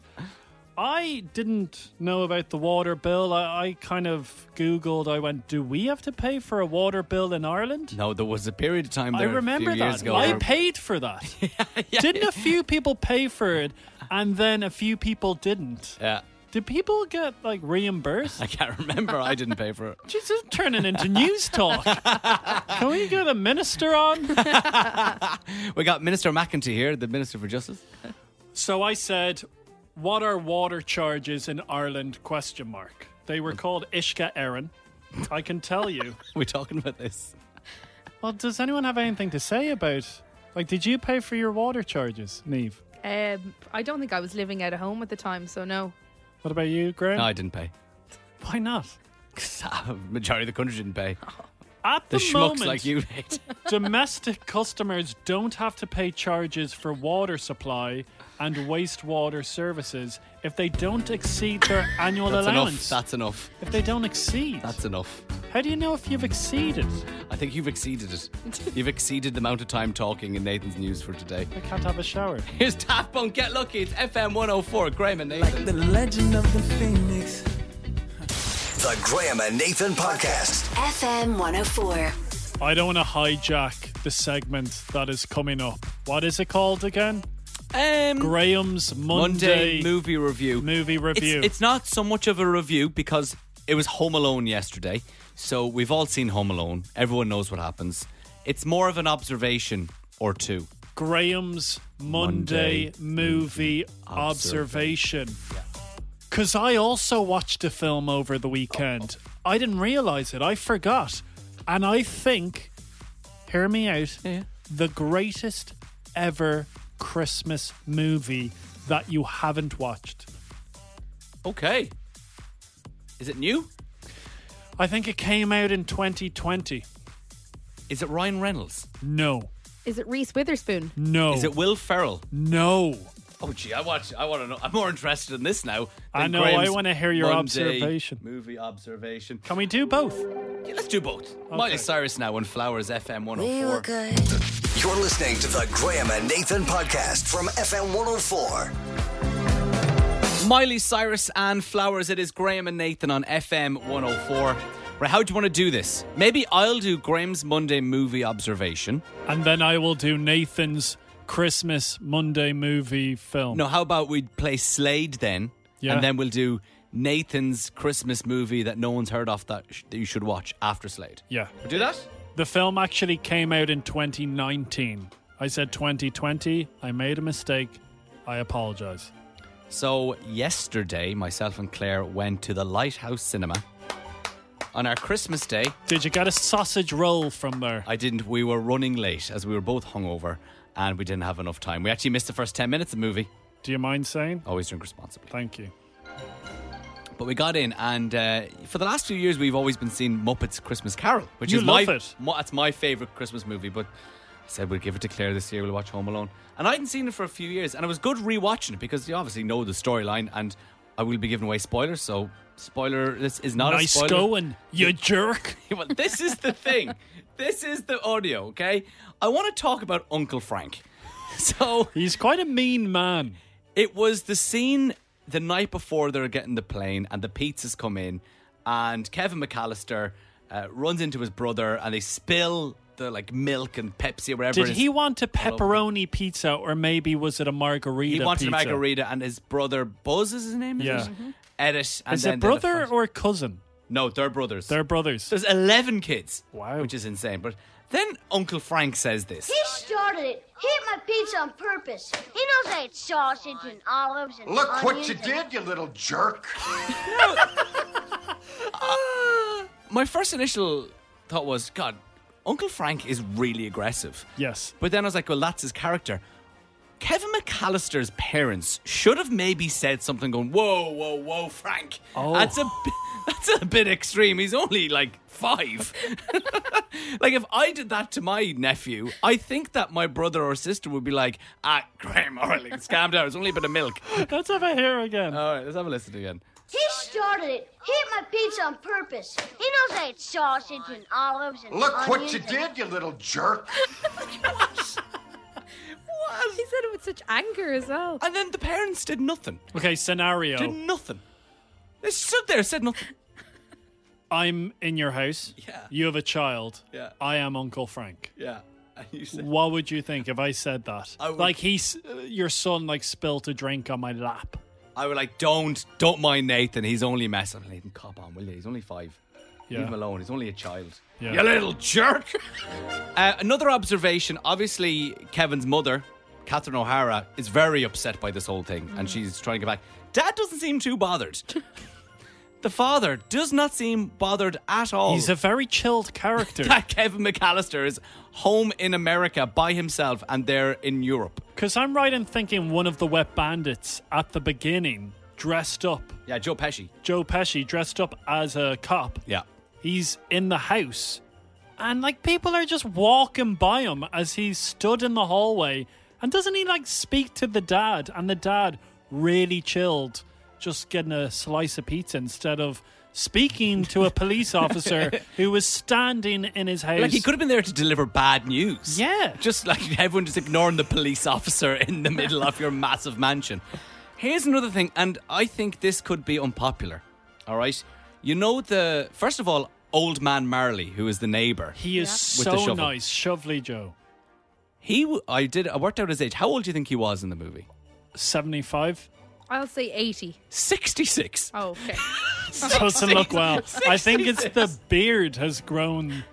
[SPEAKER 2] I didn't know about the water bill. I, I kind of Googled. I went, do we have to pay for a water bill in Ireland?
[SPEAKER 1] No, there was a period of time
[SPEAKER 2] I
[SPEAKER 1] there a few
[SPEAKER 2] remember
[SPEAKER 1] years
[SPEAKER 2] that.
[SPEAKER 1] ago
[SPEAKER 2] I
[SPEAKER 1] where-
[SPEAKER 2] paid for that.
[SPEAKER 1] *laughs*
[SPEAKER 2] Didn't a few people pay for it and then a few people didn't?
[SPEAKER 1] Yeah. *laughs*
[SPEAKER 2] Did people get like reimbursed?
[SPEAKER 1] I can't remember. I didn't pay for it.
[SPEAKER 2] Jeez, this is turning into
[SPEAKER 1] *laughs*
[SPEAKER 2] news talk. Can we get a minister on?
[SPEAKER 1] We got Minister McEntee here, the Minister for Justice.
[SPEAKER 2] So I said, "What are water charges in Ireland?" Question mark. They were called Ishka Erin. I can tell you.
[SPEAKER 1] *laughs* We're talking about this.
[SPEAKER 2] Well, does anyone have anything to say about Like, did you pay for your water charges, Neve?
[SPEAKER 3] Um, I don't think I was living at a home at the time, so no.
[SPEAKER 2] What about you, Graham?
[SPEAKER 1] No, I didn't *laughs* pay.
[SPEAKER 2] Why not?
[SPEAKER 1] 'Cause, uh, majority of the country didn't pay.
[SPEAKER 2] At
[SPEAKER 1] The,
[SPEAKER 2] the,
[SPEAKER 1] schmucks
[SPEAKER 2] moment,
[SPEAKER 1] like you *laughs* did.
[SPEAKER 2] domestic customers don't have to pay charges for water supply and wastewater services if they don't exceed their annual
[SPEAKER 1] That's enough.
[SPEAKER 2] allowance.
[SPEAKER 1] That's enough.
[SPEAKER 2] if they don't exceed,
[SPEAKER 1] That's enough.
[SPEAKER 2] how do you know if you've exceeded?
[SPEAKER 1] I think you've exceeded it. You've exceeded the amount of time talking in Nathan's news for today.
[SPEAKER 2] I can't have a shower.
[SPEAKER 1] Here's Daft Punk, Get Lucky. It's FM 104, Graham and Nathan.
[SPEAKER 9] The legend of the phoenix.
[SPEAKER 4] The Graham and Nathan Podcast.
[SPEAKER 5] FM 104.
[SPEAKER 2] I don't want to hijack the segment that is coming up. What is it called again?
[SPEAKER 1] Um,
[SPEAKER 2] Graham's Monday,
[SPEAKER 1] Monday movie review.
[SPEAKER 2] movie
[SPEAKER 1] It's-
[SPEAKER 2] review.
[SPEAKER 1] It's, not so much of a review because it was Home Alone yesterday. So we've all seen Home Alone. Everyone knows what happens. It's more of an observation or two.
[SPEAKER 2] Graham's Monday,
[SPEAKER 1] Monday
[SPEAKER 2] movie observation. Because I also watched a film over the weekend. I didn't realize it. I forgot. And I think, hear me out, the greatest ever Christmas movie that you haven't watched.
[SPEAKER 1] Okay. Is it new?
[SPEAKER 2] I think it came out in 2020.
[SPEAKER 1] Is it Ryan Reynolds?
[SPEAKER 2] No.
[SPEAKER 3] Is it Reese Witherspoon?
[SPEAKER 2] No.
[SPEAKER 1] Is it Will Ferrell?
[SPEAKER 2] no.
[SPEAKER 1] Oh, gee, I watch. I want to know. I'm more interested in this now.
[SPEAKER 2] I
[SPEAKER 1] than
[SPEAKER 2] know, I
[SPEAKER 1] Graham's
[SPEAKER 2] wanna hear your
[SPEAKER 1] Monday
[SPEAKER 2] observation.
[SPEAKER 1] Movie observation.
[SPEAKER 2] Can we do both?
[SPEAKER 1] Yeah, let's do both. Miley Cyrus now on Flowers FM 104.
[SPEAKER 5] good.
[SPEAKER 4] You're listening to the Graham and Nathan Podcast from FM 104.
[SPEAKER 1] Miley Cyrus and Flowers. It is Graham and Nathan on FM 104. Right, how do you want to do this? Maybe I'll do Graham's Monday movie observation.
[SPEAKER 2] And then I will do Nathan's Christmas Monday movie film.
[SPEAKER 1] No, how about we play Slade then?
[SPEAKER 2] Yeah.
[SPEAKER 1] And then we'll do Nathan's Christmas movie that no one's heard of that, sh- that you should watch after Slade.
[SPEAKER 2] Yeah.
[SPEAKER 1] We'll do that?
[SPEAKER 2] The film actually came out in 2019. I said 2020. I made a mistake. I apologize.
[SPEAKER 1] So, yesterday, myself and Claire went to the Lighthouse Cinema. On our Christmas day,
[SPEAKER 2] Did you get a sausage roll from there?
[SPEAKER 1] I didn't. We were running late as we were both hungover and we didn't have enough time. We actually missed the first 10 minutes of the movie.
[SPEAKER 2] Do you mind saying?
[SPEAKER 1] Always drink responsibly.
[SPEAKER 2] Thank you.
[SPEAKER 1] But we got in, and uh, for the last few years, we've always been seeing Muppets Christmas Carol, which
[SPEAKER 2] You
[SPEAKER 1] is
[SPEAKER 2] love
[SPEAKER 1] my,
[SPEAKER 2] it.
[SPEAKER 1] mo- that's my favorite Christmas movie. But I said we'd give it to Claire this year. We'll watch Home Alone, and I hadn't seen it for a few years, and it was good rewatching it because you obviously know the storyline, and I will be giving away spoilers, so spoiler this is not a
[SPEAKER 2] nice
[SPEAKER 1] spoiler.
[SPEAKER 2] going, you jerk.
[SPEAKER 1] *laughs* well, this is the
[SPEAKER 2] *laughs*
[SPEAKER 1] thing. This is the audio. Okay, I want to talk about Uncle Frank. *laughs* So
[SPEAKER 2] He's quite a mean man.
[SPEAKER 1] it was the scene the night before they're getting the plane and the pizzas come in and Kevin McAllister uh, runs into his brother and they spill the like milk and Pepsi or whatever.
[SPEAKER 2] Did
[SPEAKER 1] it is.
[SPEAKER 2] he want a pepperoni pizza or maybe was it a margarita?
[SPEAKER 1] He wanted
[SPEAKER 2] pizza?
[SPEAKER 1] a margarita and his brother Buzz is his name. Is
[SPEAKER 2] Yeah.
[SPEAKER 1] It? Edit. And
[SPEAKER 2] Is
[SPEAKER 1] then
[SPEAKER 2] it
[SPEAKER 1] they're the
[SPEAKER 2] brother
[SPEAKER 1] first-
[SPEAKER 2] or cousin?
[SPEAKER 1] no? They're brothers.
[SPEAKER 2] They're brothers.
[SPEAKER 1] There's eleven kids.
[SPEAKER 2] Wow.
[SPEAKER 1] which is insane. But then Uncle Frank says this.
[SPEAKER 7] He started it. He ate my pizza on purpose. He knows I ate sausage and olives and
[SPEAKER 10] Look what
[SPEAKER 7] onions
[SPEAKER 10] you
[SPEAKER 7] and-
[SPEAKER 10] did, you little jerk.
[SPEAKER 1] My first initial thought was, God, Uncle Frank is really aggressive. *laughs*
[SPEAKER 2] Yes.
[SPEAKER 1] But then I was like, well, that's his character. Kevin McAllister's parents should have maybe said something going, whoa, whoa, whoa, Frank.
[SPEAKER 2] Oh.
[SPEAKER 1] That's a bi- *laughs* that's a bit extreme. He's only like five. *laughs* like if I did that to my nephew, I think that my brother or sister would be like, ah, Graham Orlings, calm down. It's only a bit of milk.
[SPEAKER 2] Let's have a hair again.
[SPEAKER 1] All right, let's have a listen again.
[SPEAKER 7] He started it. He ate my pizza on purpose. He knows I ate sausage and olives and
[SPEAKER 10] Look what
[SPEAKER 7] onions
[SPEAKER 10] you
[SPEAKER 7] and-
[SPEAKER 10] did, you little jerk.
[SPEAKER 3] He said it with such anger as well.
[SPEAKER 1] And then the parents did nothing.
[SPEAKER 2] okay, scenario.
[SPEAKER 1] Did nothing. They stood there, said nothing.
[SPEAKER 2] I'm in your house.
[SPEAKER 1] Yeah.
[SPEAKER 2] You have a child.
[SPEAKER 1] Yeah.
[SPEAKER 2] I am Uncle Frank.
[SPEAKER 1] Yeah. *laughs* And you said,
[SPEAKER 2] What would you think if I said that?
[SPEAKER 1] I would-
[SPEAKER 2] Like he's uh, your son, like spilt a drink on my lap.
[SPEAKER 1] I was like, don't, don't mind Nathan. He's only messing. with Nathan, cop on, will you? He's only five.
[SPEAKER 2] Yeah.
[SPEAKER 1] Leave him alone. He's only a child.
[SPEAKER 2] Yeah.
[SPEAKER 1] You little jerk. *laughs* uh, another observation. Obviously, Kevin's mother, Catherine O'Hara, is very upset by this whole thing, and she's trying to get back. Dad doesn't seem too bothered. *laughs* The father does not seem bothered at all.
[SPEAKER 2] He's a very chilled
[SPEAKER 1] *laughs*
[SPEAKER 2] character.
[SPEAKER 1] that Kevin McAllister is home in America by himself and they're in Europe.
[SPEAKER 2] Because I'm right in thinking one of the wet bandits at the beginning dressed up,
[SPEAKER 1] Yeah, Joe Pesci.
[SPEAKER 2] Joe Pesci dressed up as a cop.
[SPEAKER 1] Yeah.
[SPEAKER 2] He's in the house. And like people are just walking by him as he stood in the hallway. And doesn't he like speak to the dad? And the dad, really chilled, just getting a slice of pizza instead of speaking to
[SPEAKER 1] *laughs*
[SPEAKER 2] a police officer who was standing in his house.
[SPEAKER 1] Like he could have been there to deliver bad news.
[SPEAKER 2] Yeah.
[SPEAKER 1] Just like *laughs* everyone just ignoring the police officer in the middle of your massive mansion. Here's another thing, and I think this could be unpopular. All right. You know the first of all, old man Marley, who is the neighbour.
[SPEAKER 2] He is
[SPEAKER 1] With the
[SPEAKER 2] so
[SPEAKER 1] shovel.
[SPEAKER 2] nice, Shovely Joe.
[SPEAKER 1] He, w- I did, I worked out his age. How old do you think he was in the movie? *laughs*
[SPEAKER 2] 75.
[SPEAKER 3] I'll say 80.
[SPEAKER 1] Sixty-six.
[SPEAKER 3] Oh, okay.
[SPEAKER 2] Doesn't look well. I think it's the beard has grown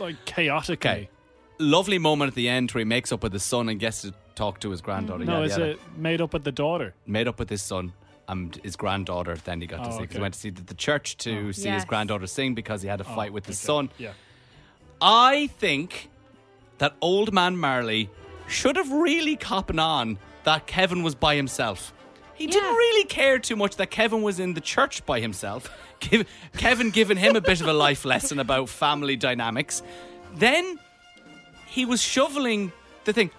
[SPEAKER 2] like chaotically.
[SPEAKER 1] Okay. Lovely moment at the end where he makes up with his son and gets to talk to his granddaughter.
[SPEAKER 2] No,
[SPEAKER 1] yada,
[SPEAKER 2] is
[SPEAKER 1] yada.
[SPEAKER 2] it made up with the daughter?
[SPEAKER 1] Made up with his son and his granddaughter. Then he got to
[SPEAKER 2] Oh,
[SPEAKER 1] see 'cause
[SPEAKER 2] okay. Oh.
[SPEAKER 1] he went to see the, the church to see his
[SPEAKER 3] Yes.
[SPEAKER 1] granddaughter sing because he had a fight with his
[SPEAKER 2] Okay.
[SPEAKER 1] son.
[SPEAKER 2] Yeah.
[SPEAKER 1] I think that old man Marley should have really copping on that Kevin was by himself. He didn't
[SPEAKER 3] Yeah.
[SPEAKER 1] really care too much that Kevin was in the church by himself. *laughs* Give, Kevin giving him a bit of a life lesson about family dynamics. Then he was shoveling the thing.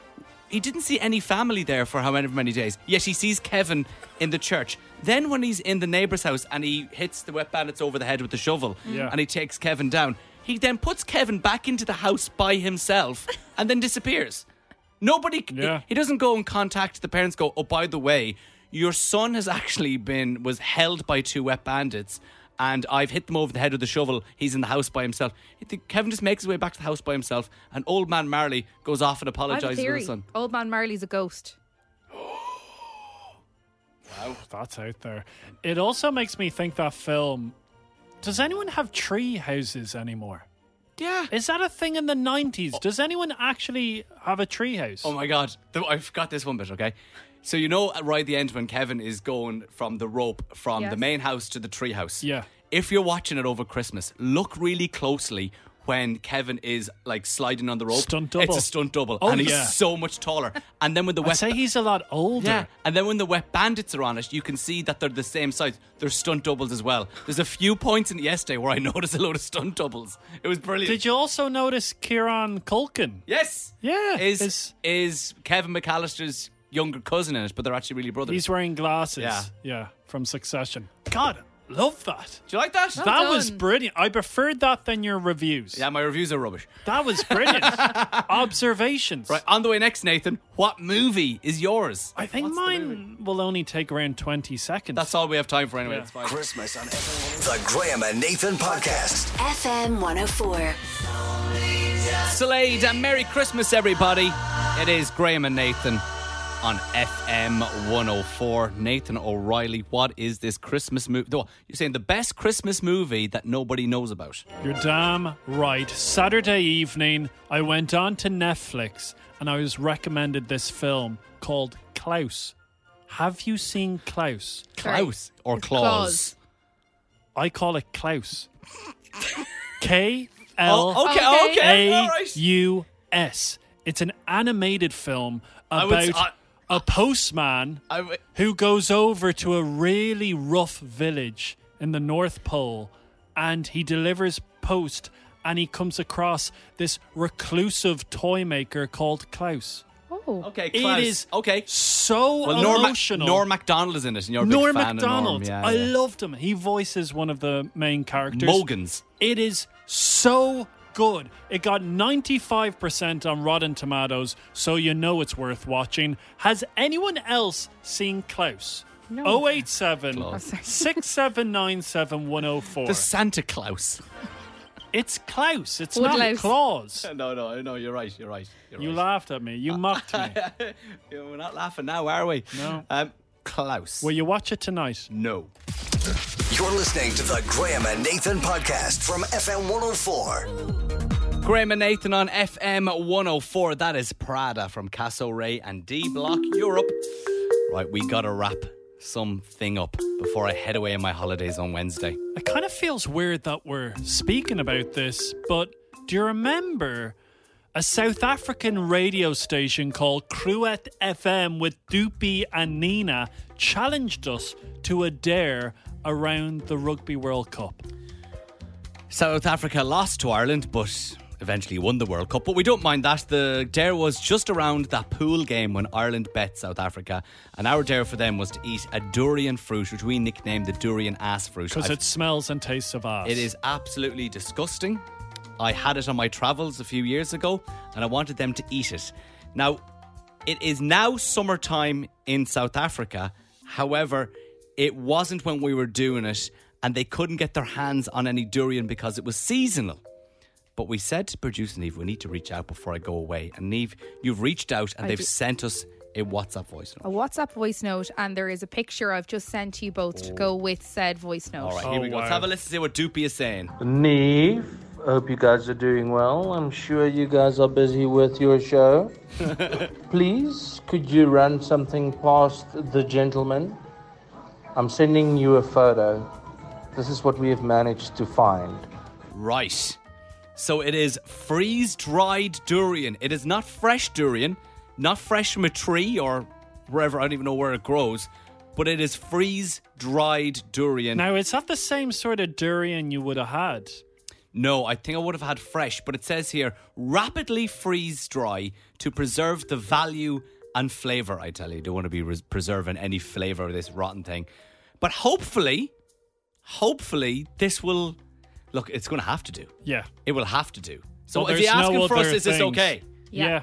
[SPEAKER 1] He didn't see any family there for however many days. Yet he sees Kevin in the church. Then when he's in the neighbor's house and he hits the wet bandits over the head with the shovel
[SPEAKER 2] Yeah.
[SPEAKER 1] and he takes Kevin down, he then puts Kevin back into the house by himself and then disappears. Nobody.
[SPEAKER 2] Yeah.
[SPEAKER 1] He, he doesn't go and contact the parents. Go. Oh, by the way, your son has actually been was held by two wet bandits, and I've hit them over the head with a shovel. He's in the house by himself. He- the- Kevin just makes his way back to the house by himself, and old man Marley goes off and
[SPEAKER 3] I have a
[SPEAKER 1] apologizes to
[SPEAKER 3] theory.
[SPEAKER 1] his son.
[SPEAKER 3] Old man Marley's a ghost.
[SPEAKER 2] That's out there. It also makes me think that film. Does anyone have tree houses anymore?
[SPEAKER 1] Yeah.
[SPEAKER 2] Is that a thing in the 90s? Does anyone actually have a tree house?
[SPEAKER 1] Oh my god, The- I forgot this one bit. Okay, so you know right at the end when Kevin is going from the rope from the
[SPEAKER 3] Yes.
[SPEAKER 1] main house to the tree house.
[SPEAKER 2] Yeah.
[SPEAKER 1] If you're watching it over Christmas, look really closely when Kevin is like sliding on the rope.
[SPEAKER 2] Stunt
[SPEAKER 1] It's
[SPEAKER 2] double.
[SPEAKER 1] a stunt double,
[SPEAKER 2] Oh,
[SPEAKER 1] and he's
[SPEAKER 2] yeah.
[SPEAKER 1] so much taller. And then when the
[SPEAKER 2] *laughs* I'd
[SPEAKER 1] wet
[SPEAKER 2] say he's a lot older.
[SPEAKER 1] yeah, and then when the wet bandits are on it, you can see that they're the same size. They're stunt doubles as well. There's a few points in yesterday where I *laughs* noticed a load of stunt doubles. It was brilliant.
[SPEAKER 2] Did you also notice Kieran Culkin?
[SPEAKER 1] Yes.
[SPEAKER 2] Yeah,
[SPEAKER 1] Is
[SPEAKER 2] it's-
[SPEAKER 1] is Kevin McAllister's younger cousin in it, but they're actually really brothers.
[SPEAKER 2] He's wearing glasses.
[SPEAKER 1] Yeah.
[SPEAKER 2] Yeah, from Succession. God, love that.
[SPEAKER 1] Do you like that?
[SPEAKER 2] that was
[SPEAKER 3] done.
[SPEAKER 2] brilliant. I preferred that than your reviews.
[SPEAKER 1] yeah, my reviews are rubbish.
[SPEAKER 2] That
[SPEAKER 1] *laughs*
[SPEAKER 2] was brilliant. Observations.
[SPEAKER 1] Right, on the way next, Nathan, what movie is yours?
[SPEAKER 2] I think mine will only take around 20 seconds.
[SPEAKER 1] That's all we have time for anyway.
[SPEAKER 2] Yeah.
[SPEAKER 1] It's fine.
[SPEAKER 4] Christmas on FM. oh The Graham and Nathan Podcast.
[SPEAKER 5] FM 104.
[SPEAKER 1] Slade and Merry Christmas, everybody. It is Graham and Nathan on FM 104. Nathan O'Reilly, what is this Christmas movie? You're saying the best Christmas movie that nobody knows about.
[SPEAKER 2] You're damn right. Saturday evening, I went on to Netflix and I was recommended this film called Klaus. Have you seen Klaus?
[SPEAKER 3] Sorry.
[SPEAKER 1] Klaus or
[SPEAKER 3] It's
[SPEAKER 1] Claus?
[SPEAKER 3] Claus.
[SPEAKER 2] I call it Klaus. K L
[SPEAKER 1] Oh, okay,
[SPEAKER 3] Okay.
[SPEAKER 1] okay. All
[SPEAKER 2] A
[SPEAKER 1] right.
[SPEAKER 2] U S. It's an animated film
[SPEAKER 1] would
[SPEAKER 2] about
[SPEAKER 1] s-
[SPEAKER 2] a postman
[SPEAKER 1] I w-
[SPEAKER 2] who goes over to a really rough village in the North Pole and he delivers post and he comes across this reclusive toy maker called Klaus.
[SPEAKER 3] Oh.
[SPEAKER 1] Okay,
[SPEAKER 2] It
[SPEAKER 1] Klaus.
[SPEAKER 2] is
[SPEAKER 1] okay.
[SPEAKER 2] So
[SPEAKER 1] Well, Norm,
[SPEAKER 2] emotional.
[SPEAKER 1] Norm Macdonald is in it, and you're a big
[SPEAKER 2] Norm
[SPEAKER 1] fan
[SPEAKER 2] Macdonald.
[SPEAKER 1] of Norm.
[SPEAKER 2] I loved him. He voices one of the main characters.
[SPEAKER 1] Mogans.
[SPEAKER 2] It is so good. It got 95% on Rotten Tomatoes, so you know it's worth watching. Has anyone else seen Klaus?
[SPEAKER 3] No.
[SPEAKER 2] 087 679
[SPEAKER 1] The Santa Claus.
[SPEAKER 2] oh It's Klaus. It's
[SPEAKER 3] Wood
[SPEAKER 2] not
[SPEAKER 3] louse.
[SPEAKER 2] Claus.
[SPEAKER 1] No, no, no. You're right. You're right. You're
[SPEAKER 2] You laughed at me. You mocked me.
[SPEAKER 1] We're not laughing now, are we?
[SPEAKER 2] No.
[SPEAKER 1] Um, Klaus.
[SPEAKER 2] Will you watch it tonight?
[SPEAKER 1] no.
[SPEAKER 4] You're listening to the Graham and Nathan Podcast from FM 104.
[SPEAKER 1] Graham and Nathan on FM 104. That is Prada from Casso Ray and D Block Europe. Right, we got a wrap. something up before I head away on my holidays on Wednesday.
[SPEAKER 2] It kind of feels weird that we're speaking about this, but do you remember a South African radio station called Cruet FM with Doopy and Nina challenged us to a dare around the Rugby World Cup?
[SPEAKER 1] South Africa lost to Ireland, but eventually won the World Cup. But we don't mind that. The dare was just around that pool game when Ireland bet South Africa, and our dare for them was to eat a durian fruit, which we nicknamed the durian ass fruit.
[SPEAKER 2] Because
[SPEAKER 1] I've-
[SPEAKER 2] it smells and tastes of ass.
[SPEAKER 1] It is absolutely disgusting. I had it on my travels a few years ago and I wanted them to eat it. Now, it is now summertime in South Africa. However, it wasn't when we were doing it and they couldn't get their hands on any durian because it was seasonal. But we said to producer Neve, we need to reach out before I go away. And Neve, you've reached out and they've
[SPEAKER 3] did.
[SPEAKER 1] sent us a WhatsApp voice
[SPEAKER 3] A
[SPEAKER 1] note.
[SPEAKER 3] WhatsApp voice note, and there is a picture I've just sent to you both to go with said voice note.
[SPEAKER 1] All right, here we go. Let's
[SPEAKER 2] wow.
[SPEAKER 1] have a listen to see what Doopy is saying.
[SPEAKER 9] Neve, hope you guys are doing well. I'm sure you guys are busy with your show. Please, could you run something past the gentleman? I'm sending you a photo. This is what we have managed to find.
[SPEAKER 1] Right. So it is freeze dried durian. It is not fresh durian, not fresh from a tree or wherever, I don't even know where it grows, but it is freeze dried durian.
[SPEAKER 2] Now, it's not the same sort of durian you would have had.
[SPEAKER 1] no, I think I would have had fresh, but it says here rapidly freeze dry to preserve the value and flavor. I tell you, you don't want to be res- preserving any flavor of this rotten thing. But hopefully, hopefully, this will look, it's going to have to do.
[SPEAKER 2] Yeah.
[SPEAKER 1] It will have to do. So
[SPEAKER 2] Well,
[SPEAKER 1] if you're
[SPEAKER 2] there's no
[SPEAKER 1] asking for us,
[SPEAKER 2] other
[SPEAKER 1] is this
[SPEAKER 2] things.
[SPEAKER 1] okay?
[SPEAKER 3] Yeah.
[SPEAKER 2] yeah.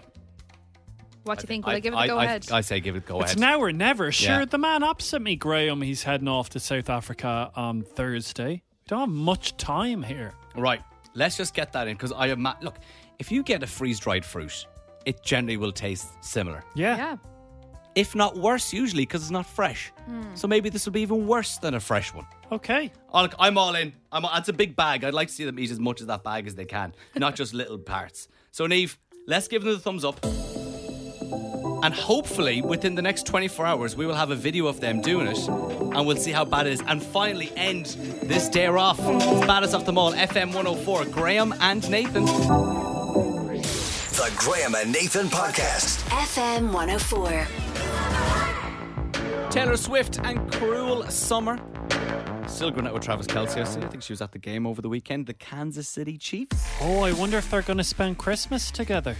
[SPEAKER 3] What do you think? Will I, give it a go ahead?
[SPEAKER 1] I, say give it a go
[SPEAKER 2] It's
[SPEAKER 1] ahead.
[SPEAKER 2] now or never. Sure,
[SPEAKER 1] Yeah.
[SPEAKER 2] the man opposite me, Graham, he's heading off to South Africa on Thursday. We don't have much time here.
[SPEAKER 1] right, let's just get that in because I am. Look, if you get a freeze dried fruit, it generally will taste similar,
[SPEAKER 2] Yeah.
[SPEAKER 3] yeah.
[SPEAKER 1] if not worse, usually because it's not fresh.
[SPEAKER 3] Hmm.
[SPEAKER 1] So maybe this will be even worse than a fresh one.
[SPEAKER 2] Okay.
[SPEAKER 1] Oh, look, I'm all in. I'm. All, it's a big bag. I'd like to see them eat as much of that bag as they can, not just little parts. So Neve, let's give them the thumbs up. And hopefully, within the next 24 hours, we will have a video of them doing it and we'll see how bad it is. And finally, end this dare off. It's Baddest of them all, FM 104, Graham and Nathan.
[SPEAKER 4] The Graham and Nathan Podcast.
[SPEAKER 5] FM 104.
[SPEAKER 1] Taylor Swift and Cruel Summer. Still going out with Travis Kelsey, I see. I think she was at the game over the weekend. The Kansas City Chiefs.
[SPEAKER 2] Oh, I wonder if they're going to spend Christmas together.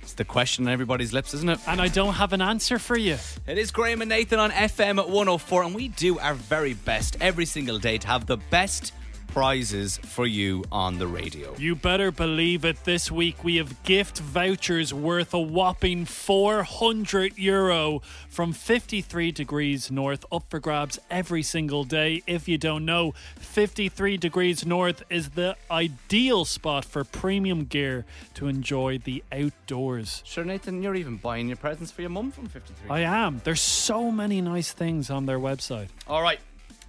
[SPEAKER 1] It's the question on everybody's lips, isn't it?
[SPEAKER 2] And I don't have an answer for you.
[SPEAKER 1] It is Graham and Nathan on FM 104, and we do our very best every single day to have the best prizes for you on the radio.
[SPEAKER 2] You better believe it. This week we have gift vouchers worth a whopping 400 euro from 53 degrees north up for grabs every single day. If you don't know, 53 degrees north is the ideal spot for premium gear to enjoy the outdoors.
[SPEAKER 1] Sure, Nathan, you're even buying your presents for your mum from 53.
[SPEAKER 2] I am. There's so many nice things on their website.
[SPEAKER 1] All right,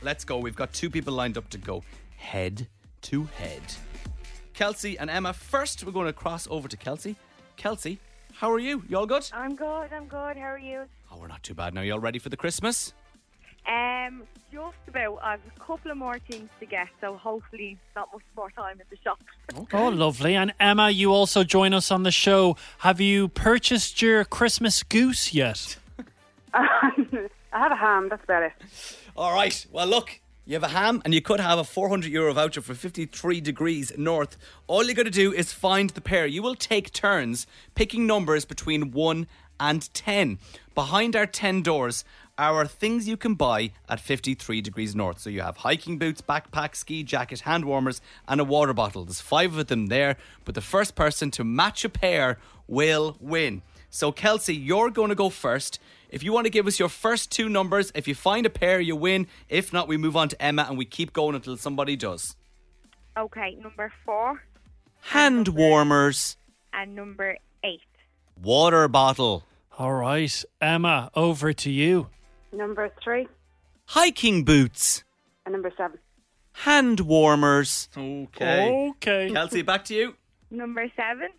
[SPEAKER 1] let's go. We've got two people lined up to go head to head. Kelsey and Emma. First, we're going to cross over to Kelsey. Kelsey, how are you? You all good?
[SPEAKER 8] I'm good. I'm good. How are you?
[SPEAKER 1] Oh, we're not too bad now. You all ready for the Christmas?
[SPEAKER 8] Um, just about. I've a couple of more things to get, so hopefully not much more time in the shop.
[SPEAKER 2] Oh, lovely. And Emma, you also join us on the show. Have you purchased your Christmas goose yet?
[SPEAKER 8] *laughs* I have a ham. That's about it.
[SPEAKER 1] All right. Well, look, you have a ham, and you could have a 400 euro voucher for 53 degrees north. All you got to do is find the pair. You will take turns picking numbers between one and ten. Behind our ten doors are things you can buy at 53 degrees north. So you have hiking boots, backpack, ski jacket, hand warmers, and a water bottle. There's five of them there, but the first person to match a pair will win. So, Kelsey, you're going to go first. If you want to give us your first two numbers, if you find a pair, you win. If not, we move on to Emma and we keep going until somebody does.
[SPEAKER 8] Okay, number four
[SPEAKER 1] Hand warmers,
[SPEAKER 8] and number eight.
[SPEAKER 1] water bottle,
[SPEAKER 2] All right, Emma, over to you.
[SPEAKER 8] Number three
[SPEAKER 1] hiking boots,
[SPEAKER 8] and number seven.
[SPEAKER 1] hand warmers. Okay.
[SPEAKER 2] Okay.
[SPEAKER 1] Kelsey, back to you.
[SPEAKER 8] Number seven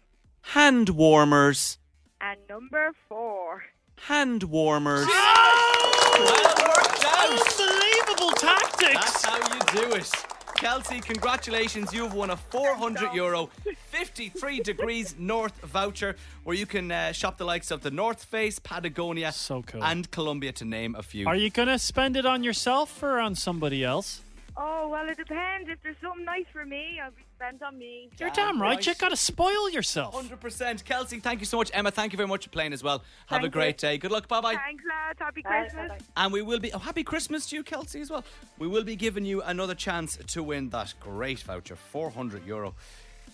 [SPEAKER 1] Hand warmers,
[SPEAKER 8] and number four.
[SPEAKER 1] hand warmers.
[SPEAKER 2] Oh,
[SPEAKER 1] Well worked out.
[SPEAKER 2] unbelievable
[SPEAKER 1] That's
[SPEAKER 2] tactics.
[SPEAKER 1] how you do it. Kelsey, congratulations. You've won a 400 euro, 53 degrees north voucher where you can uh, shop the likes of the North Face, Patagonia,
[SPEAKER 2] So cool.
[SPEAKER 1] and Colombia, to name a few.
[SPEAKER 2] Are you gonna spend it on yourself or on somebody else?
[SPEAKER 8] Oh, well, it depends. If there's something nice for me, I'll be spent on me.
[SPEAKER 2] You're damn right.
[SPEAKER 1] right.
[SPEAKER 2] You gotta spoil yourself.
[SPEAKER 1] 100%. Kelsey, thank you so much. Emma, thank you very much for playing as well. Have a
[SPEAKER 8] Thank
[SPEAKER 1] great day. Good luck. Bye bye.
[SPEAKER 8] Thanks, lads. Happy Christmas.
[SPEAKER 1] And we will be. Oh, happy Christmas to you, Kelsey, as well. We will be giving you another chance to win that great voucher, 400 euro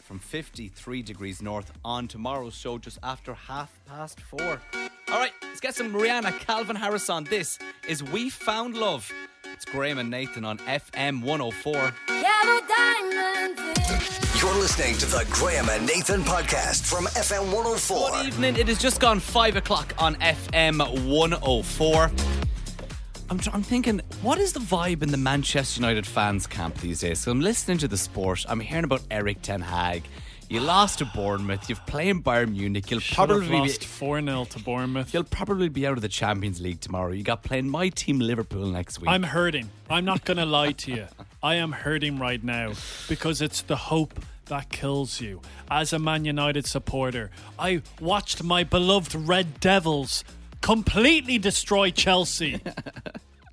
[SPEAKER 1] from 53 degrees north on tomorrow's show just after half past four. All right, let's get some Rihanna Calvin Harris on. This is We Found Love. It's Graham and Nathan on FM 104.
[SPEAKER 4] You're listening to the Graham and Nathan podcast from FM 104.
[SPEAKER 1] Good evening. It has just gone five o'clock on FM 104. I'm, tr- I'm thinking, what is the vibe in the Manchester United fans camp these days? So I'm listening to the sport. I'm hearing about Eric Ten Hag. You lost to Bournemouth. You're playing Bayern Munich. You'll
[SPEAKER 2] Should have
[SPEAKER 1] probably be,
[SPEAKER 2] lost four 0 to Bournemouth.
[SPEAKER 1] you'll probably be out of the Champions League tomorrow. You got playing my team Liverpool next week.
[SPEAKER 2] I'm hurting. I'm not going to lie to you. I am hurting right now because it's the hope that kills you. As a Man United supporter, I watched my beloved Red Devils completely destroy Chelsea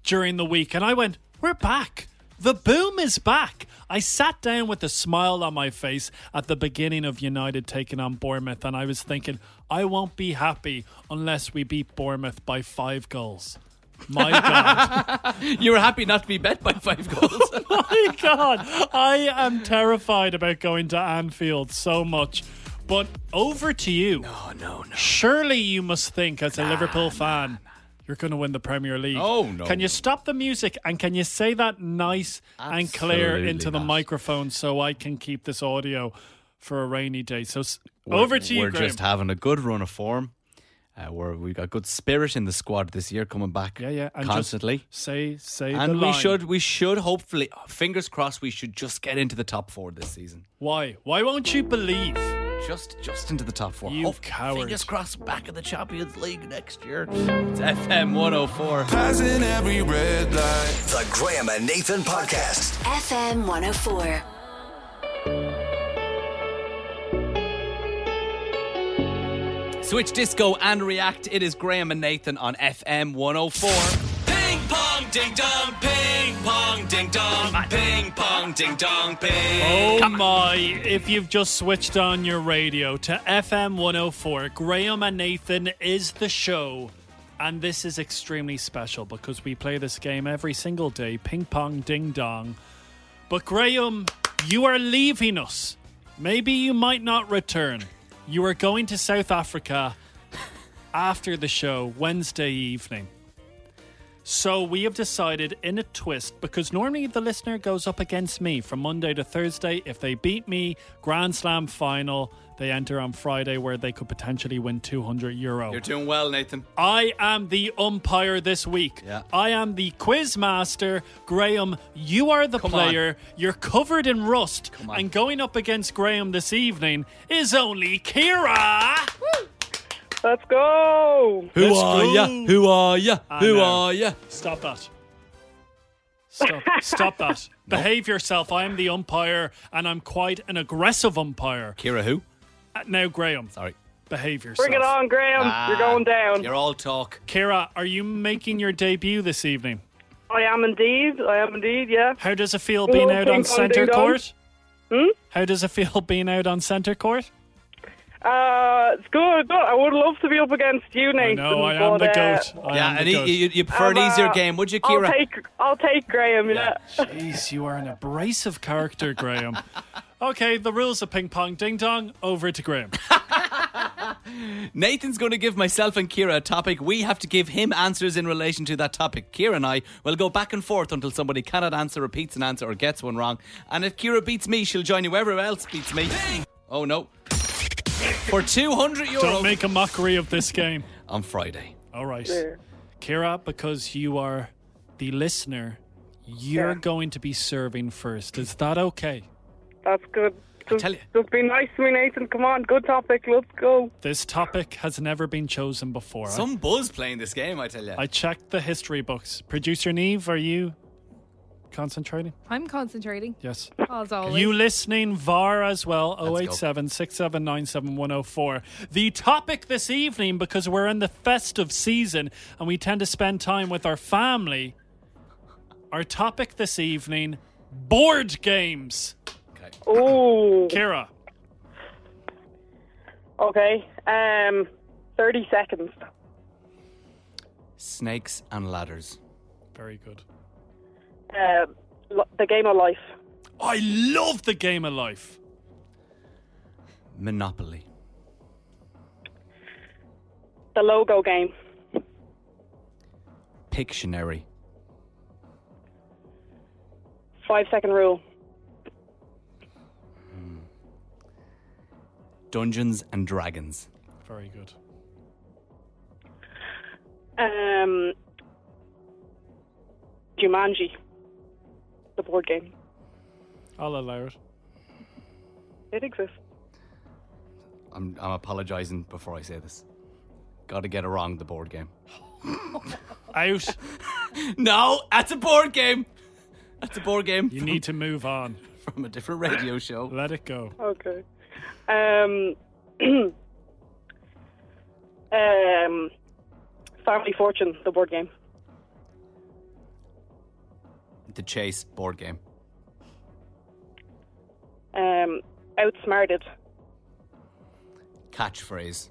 [SPEAKER 2] during the week and I went, We're back. The boom is back. I sat down with a smile on my face at the beginning of United taking on Bournemouth and I was thinking, I won't be happy unless we beat Bournemouth by five goals. My God.
[SPEAKER 1] you were happy not to be bet by five goals.
[SPEAKER 2] my god, I am terrified about going to Anfield so much. But over to you.
[SPEAKER 1] oh no, no.
[SPEAKER 2] Surely you must think, as a Liverpool fan, you're going to win the Premier League.
[SPEAKER 1] Oh, no.
[SPEAKER 2] Can you stop the music and can you say that nice and clear
[SPEAKER 1] Absolutely
[SPEAKER 2] into the
[SPEAKER 1] not.
[SPEAKER 2] microphone so I can keep this audio for a rainy day? So s- *laughs* over to you,
[SPEAKER 1] We're
[SPEAKER 2] Graham.
[SPEAKER 1] just having a good run of form. Uh, we're, we've got good spirit in the squad this year coming back.
[SPEAKER 2] yeah, yeah, and just
[SPEAKER 1] constantly.
[SPEAKER 2] say, say the
[SPEAKER 1] And we
[SPEAKER 2] line.
[SPEAKER 1] should we should hopefully fingers crossed we should just get into the top four this season.
[SPEAKER 2] Why? Why won't you believe?
[SPEAKER 1] Just just into the top four.
[SPEAKER 2] You
[SPEAKER 1] Hope-
[SPEAKER 2] coward.
[SPEAKER 1] Fingers crossed back in the Champions League next year. It's FM 104.
[SPEAKER 10] Passing every red light.
[SPEAKER 4] The Graham and Nathan podcast.
[SPEAKER 5] FM 104.
[SPEAKER 1] Switch disco and react. It is Graham and Nathan on FM 104. Ping pong ding dong, ping pong ding dong, ping pong ding dong, ping.
[SPEAKER 2] Oh my! If you've just switched on your radio to FM 104, Graham and Nathan is the show. And this is extremely special because we play this game every single day ping pong, ding dong. But Graham, you are leaving us. Maybe you might not return. You are going to South Africa after the show Wednesday evening. So we have decided in a twist because normally the listener goes up against me from Monday to Thursday. If they beat me, Grand Slam final, they enter on Friday where they could potentially win 200 euro.
[SPEAKER 1] You're doing well, Nathan.
[SPEAKER 2] I am the umpire this week.
[SPEAKER 1] Yeah.
[SPEAKER 2] I am the quiz master. Graham, you are the
[SPEAKER 1] Come on.
[SPEAKER 2] player. You're covered in rust.
[SPEAKER 1] on.
[SPEAKER 2] And going up against Graham this evening is only Kira.
[SPEAKER 6] Let's go.
[SPEAKER 1] Who
[SPEAKER 2] Let's
[SPEAKER 1] are
[SPEAKER 2] go.
[SPEAKER 1] ya? Who are ya?
[SPEAKER 2] I
[SPEAKER 1] Who
[SPEAKER 2] know.
[SPEAKER 1] are ya?
[SPEAKER 2] Stop that.
[SPEAKER 1] *laughs*
[SPEAKER 2] Stop, stop that. Behave yourself. I am the umpire and I'm quite an aggressive umpire.
[SPEAKER 1] Kira, who?
[SPEAKER 2] Uh, Now, Graham,
[SPEAKER 1] Sorry.
[SPEAKER 2] behave yourself.
[SPEAKER 6] Bring it on, Graham.
[SPEAKER 2] Ah,
[SPEAKER 6] You're going down.
[SPEAKER 1] You're all talk.
[SPEAKER 2] Kira, are you making your debut this evening?
[SPEAKER 6] I am indeed. I am indeed. Yeah.
[SPEAKER 2] How does it feel being
[SPEAKER 6] Hello,
[SPEAKER 2] out on Hmm?
[SPEAKER 6] ping pong ding
[SPEAKER 2] centre
[SPEAKER 6] dong.
[SPEAKER 2] court? How does it feel *laughs* being out on centre court?
[SPEAKER 6] Uh, it's good. good. I would love to be up against you,
[SPEAKER 2] I
[SPEAKER 6] Nathan.
[SPEAKER 2] know, I am
[SPEAKER 6] but,
[SPEAKER 2] the
[SPEAKER 6] uh,
[SPEAKER 2] goat. I
[SPEAKER 1] yeah,
[SPEAKER 2] am
[SPEAKER 1] and
[SPEAKER 2] the
[SPEAKER 1] you,
[SPEAKER 2] goat.
[SPEAKER 1] you, you prefer an
[SPEAKER 6] I'm, uh,
[SPEAKER 1] easier game, would you,
[SPEAKER 6] I'll
[SPEAKER 1] Kira?
[SPEAKER 6] take, I'll take Graham. Yeah.
[SPEAKER 2] Jeez, you are an abrasive character, *laughs* Graham. Okay, the rules of ping pong ding dong. Over to Graham.
[SPEAKER 1] Nathan's going to give myself and Kira a topic. We have to give him answers in relation to that topic. Kira and I will go back and forth until somebody cannot answer, repeats an answer, or gets one wrong. And if Kira beats me, she'll join you wherever else beats me. Oh no. For 200
[SPEAKER 2] Don't
[SPEAKER 1] euros
[SPEAKER 2] make a mockery of this game.
[SPEAKER 1] on Friday.
[SPEAKER 2] All right. Kira, because you are the listener, you're going to be serving first. Is that okay?
[SPEAKER 11] That's good. Just,
[SPEAKER 2] tell you.
[SPEAKER 11] just be nice to me, Nathan. Come on, good topic. Let's go.
[SPEAKER 2] This topic has never been chosen before.
[SPEAKER 1] Some buzz playing this game, I tell you.
[SPEAKER 2] I, I checked the history books. Producer Neve, are you concentrating?
[SPEAKER 3] I'm concentrating.
[SPEAKER 2] Yes.
[SPEAKER 3] As always.
[SPEAKER 2] You listening VAR as well,
[SPEAKER 1] go.
[SPEAKER 2] 087 6797104. The topic this evening, because we're in the festive season and we tend to spend time with our family, our topic this evening board games.
[SPEAKER 11] Oh,
[SPEAKER 2] Kira,
[SPEAKER 11] okay. Um, thirty seconds.
[SPEAKER 1] Snakes and ladders.
[SPEAKER 2] very good.
[SPEAKER 11] Uh, lo- the game of life.
[SPEAKER 2] I love the game of life.
[SPEAKER 1] Monopoly.
[SPEAKER 11] The logo game.
[SPEAKER 1] Pictionary.
[SPEAKER 11] Five second rule.
[SPEAKER 1] Dungeons and Dragons.
[SPEAKER 2] Very good.
[SPEAKER 11] Um, Jumanji. The board game.
[SPEAKER 2] I'll allow it.
[SPEAKER 11] It exists.
[SPEAKER 1] I'm, I'm apologizing before I say this. Gotta get it wrong, the board game.
[SPEAKER 2] Out.
[SPEAKER 1] No, that's a board game. That's a board game
[SPEAKER 2] You need to move on.
[SPEAKER 1] from a different radio show.
[SPEAKER 2] Let it go.
[SPEAKER 11] Okay. Um. *clears throat* um. Family Fortune, the board game.
[SPEAKER 1] The Chase board game.
[SPEAKER 11] Um. Outsmarted.
[SPEAKER 1] Catchphrase.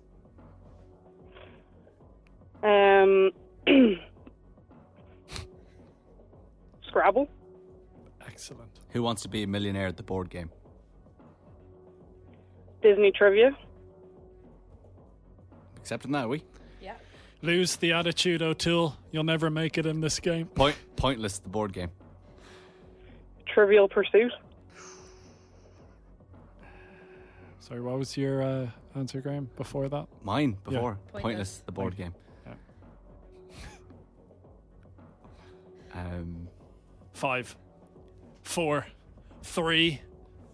[SPEAKER 11] Um. *clears throat* Scrabble.
[SPEAKER 2] Excellent.
[SPEAKER 1] Who wants to be a millionaire at the board game?
[SPEAKER 11] Disney trivia.
[SPEAKER 1] Accepting that, are we?
[SPEAKER 2] Lose the attitude, O'Toole. You'll never make it in this game.
[SPEAKER 1] Point, pointless, the board game.
[SPEAKER 11] Trivial Pursuit.
[SPEAKER 2] Sorry, what was your uh, answer, Graham, before that?
[SPEAKER 1] Mine before.
[SPEAKER 3] Pointless.
[SPEAKER 1] Pointless. the board game. Um,
[SPEAKER 2] Five, four, three,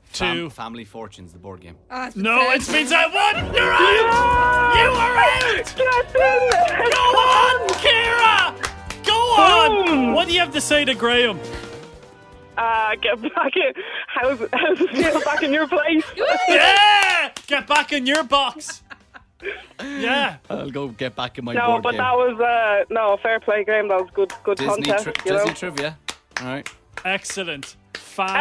[SPEAKER 1] fam-
[SPEAKER 2] two.
[SPEAKER 1] Family Fortunes, the board game.
[SPEAKER 11] Uh,
[SPEAKER 3] Ah,
[SPEAKER 2] no,
[SPEAKER 3] sad.
[SPEAKER 2] it's pizza one. You're out. You are out. Go on, Kira. Go on.
[SPEAKER 11] Boom.
[SPEAKER 2] What do you have to say to Graham?
[SPEAKER 11] Uh, get *laughs* back in. How's, how's it feel back in your place?
[SPEAKER 2] Yeah. Get back in your box. Yeah.
[SPEAKER 1] I'll go get back in my
[SPEAKER 11] No,
[SPEAKER 1] board
[SPEAKER 11] but
[SPEAKER 1] game.
[SPEAKER 11] that was uh, no fair play game. That was good, good
[SPEAKER 1] Disney,
[SPEAKER 11] contest.
[SPEAKER 1] tri-
[SPEAKER 11] you know.
[SPEAKER 1] Disney trivia. All right.
[SPEAKER 2] Excellent.
[SPEAKER 11] Uh, are you,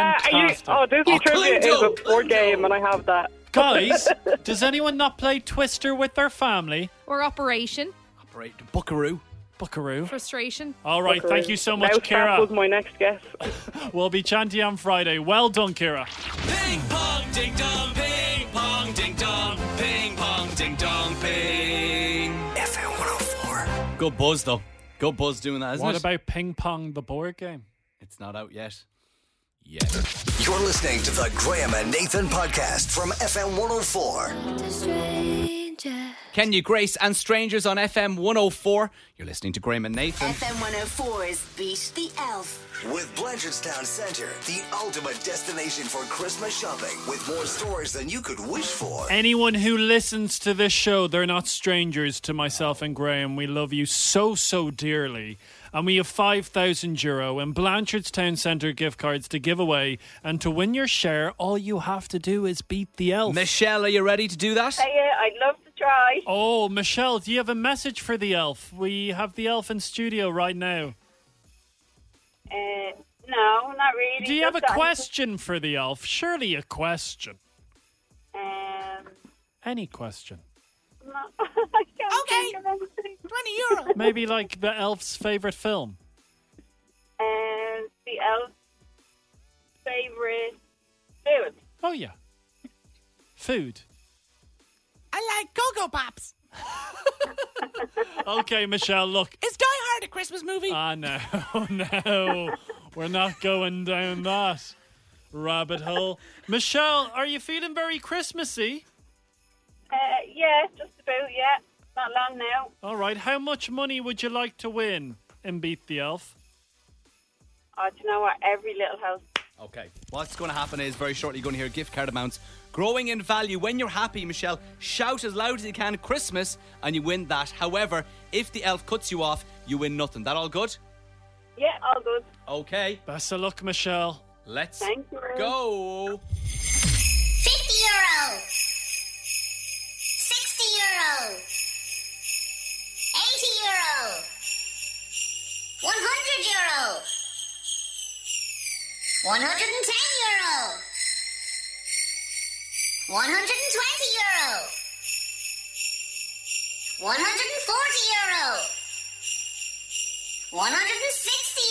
[SPEAKER 2] Fantastic.
[SPEAKER 11] oh, Disney
[SPEAKER 1] Oh,
[SPEAKER 11] trivia is
[SPEAKER 1] Cluedo,
[SPEAKER 11] a board
[SPEAKER 1] Cluedo.
[SPEAKER 11] game, and I have that.
[SPEAKER 2] Guys, does anyone not play Twister with their family?
[SPEAKER 3] Or Operation
[SPEAKER 1] Operate the Buckaroo.
[SPEAKER 2] Buckaroo.
[SPEAKER 3] Frustration.
[SPEAKER 2] All right, thank you so much,
[SPEAKER 11] Mouse Trap was
[SPEAKER 2] Kira.
[SPEAKER 11] my next guess.
[SPEAKER 2] We'll be chanting on Friday. Well done, Kira.
[SPEAKER 1] Ping pong ding dong, ping pong ding dong, ping pong ding dong, ping.
[SPEAKER 4] FM 104.
[SPEAKER 1] Good buzz though. Good buzz doing that, isn't
[SPEAKER 2] What
[SPEAKER 1] it?
[SPEAKER 2] about ping pong, the board game?
[SPEAKER 1] it's not out yet. Yet.
[SPEAKER 4] You're listening to the Graham and Nathan podcast from FM 104.
[SPEAKER 1] Kenya Grace and Strangers on FM 104. You're listening to Graham and Nathan.
[SPEAKER 5] FM 104's Beat the Elf.
[SPEAKER 4] With Blanchardstown Centre, the ultimate destination for Christmas shopping with more stores than you could wish for.
[SPEAKER 2] Anyone who listens to this show, they're not strangers to myself and Graham. We love you so, so dearly. And we have 5,000 euro and Blanchardstown Centre gift cards to give away. And to win your share, all you have to do is beat the elf.
[SPEAKER 1] Michelle, are you ready to do that?
[SPEAKER 8] Yeah, I'd love to try.
[SPEAKER 2] oh, Michelle, do you have a message for the elf? We have the elf in studio right now.
[SPEAKER 8] Uh, no, not really.
[SPEAKER 2] Do you have a
[SPEAKER 8] Just that-
[SPEAKER 2] question for the elf? Surely a question.
[SPEAKER 8] Um,
[SPEAKER 2] Any question.
[SPEAKER 8] no. *laughs* I can't think of anything.
[SPEAKER 2] Maybe like the elf's favourite film.
[SPEAKER 8] Um, the elf's favorite food.
[SPEAKER 2] Oh, yeah. Food.
[SPEAKER 1] I like Go Go Pops.
[SPEAKER 2] *laughs* Okay, Michelle, look.
[SPEAKER 1] Is Die Hard a Christmas movie?
[SPEAKER 2] Ah, no, *laughs* no. We're not going down that rabbit hole. Michelle, are you feeling very Christmassy?
[SPEAKER 8] Uh, yeah, just about. Yeah, not long now.
[SPEAKER 2] All right, how much money would you like to win and beat the elf?
[SPEAKER 8] Oh, do you know what? Every little house
[SPEAKER 1] Uh, Okay. What's going to happen is very shortly you're going to hear gift card amounts growing in value. When you're happy, Michelle, shout as loud as you can Christmas and you win that. However, if the elf cuts you off, you win nothing. That all good?
[SPEAKER 11] Yeah, all good.
[SPEAKER 1] Okay.
[SPEAKER 2] Best of luck, Michelle.
[SPEAKER 1] Let's
[SPEAKER 11] Thank you.
[SPEAKER 1] go.
[SPEAKER 5] 50 euro. 60 euro. 80 euro. 100 euro. 110 euro. 120 euro. 140 euro. 160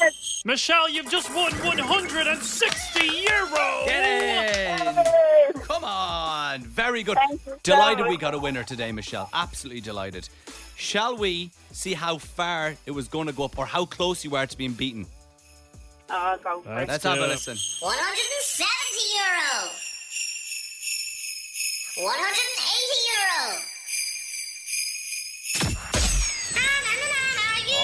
[SPEAKER 5] euro.
[SPEAKER 2] Michelle, you've just won 160 euro.
[SPEAKER 1] Get in. Come on. Very good. Delighted we got a winner today, Michelle. Absolutely delighted. Shall we see how far it was going to go up or how close you are to being beaten?
[SPEAKER 8] Oh,
[SPEAKER 11] Uh, go for it.
[SPEAKER 1] Let's have
[SPEAKER 2] do
[SPEAKER 1] a
[SPEAKER 2] it.
[SPEAKER 1] listen.
[SPEAKER 5] 170 euro. 180 euro.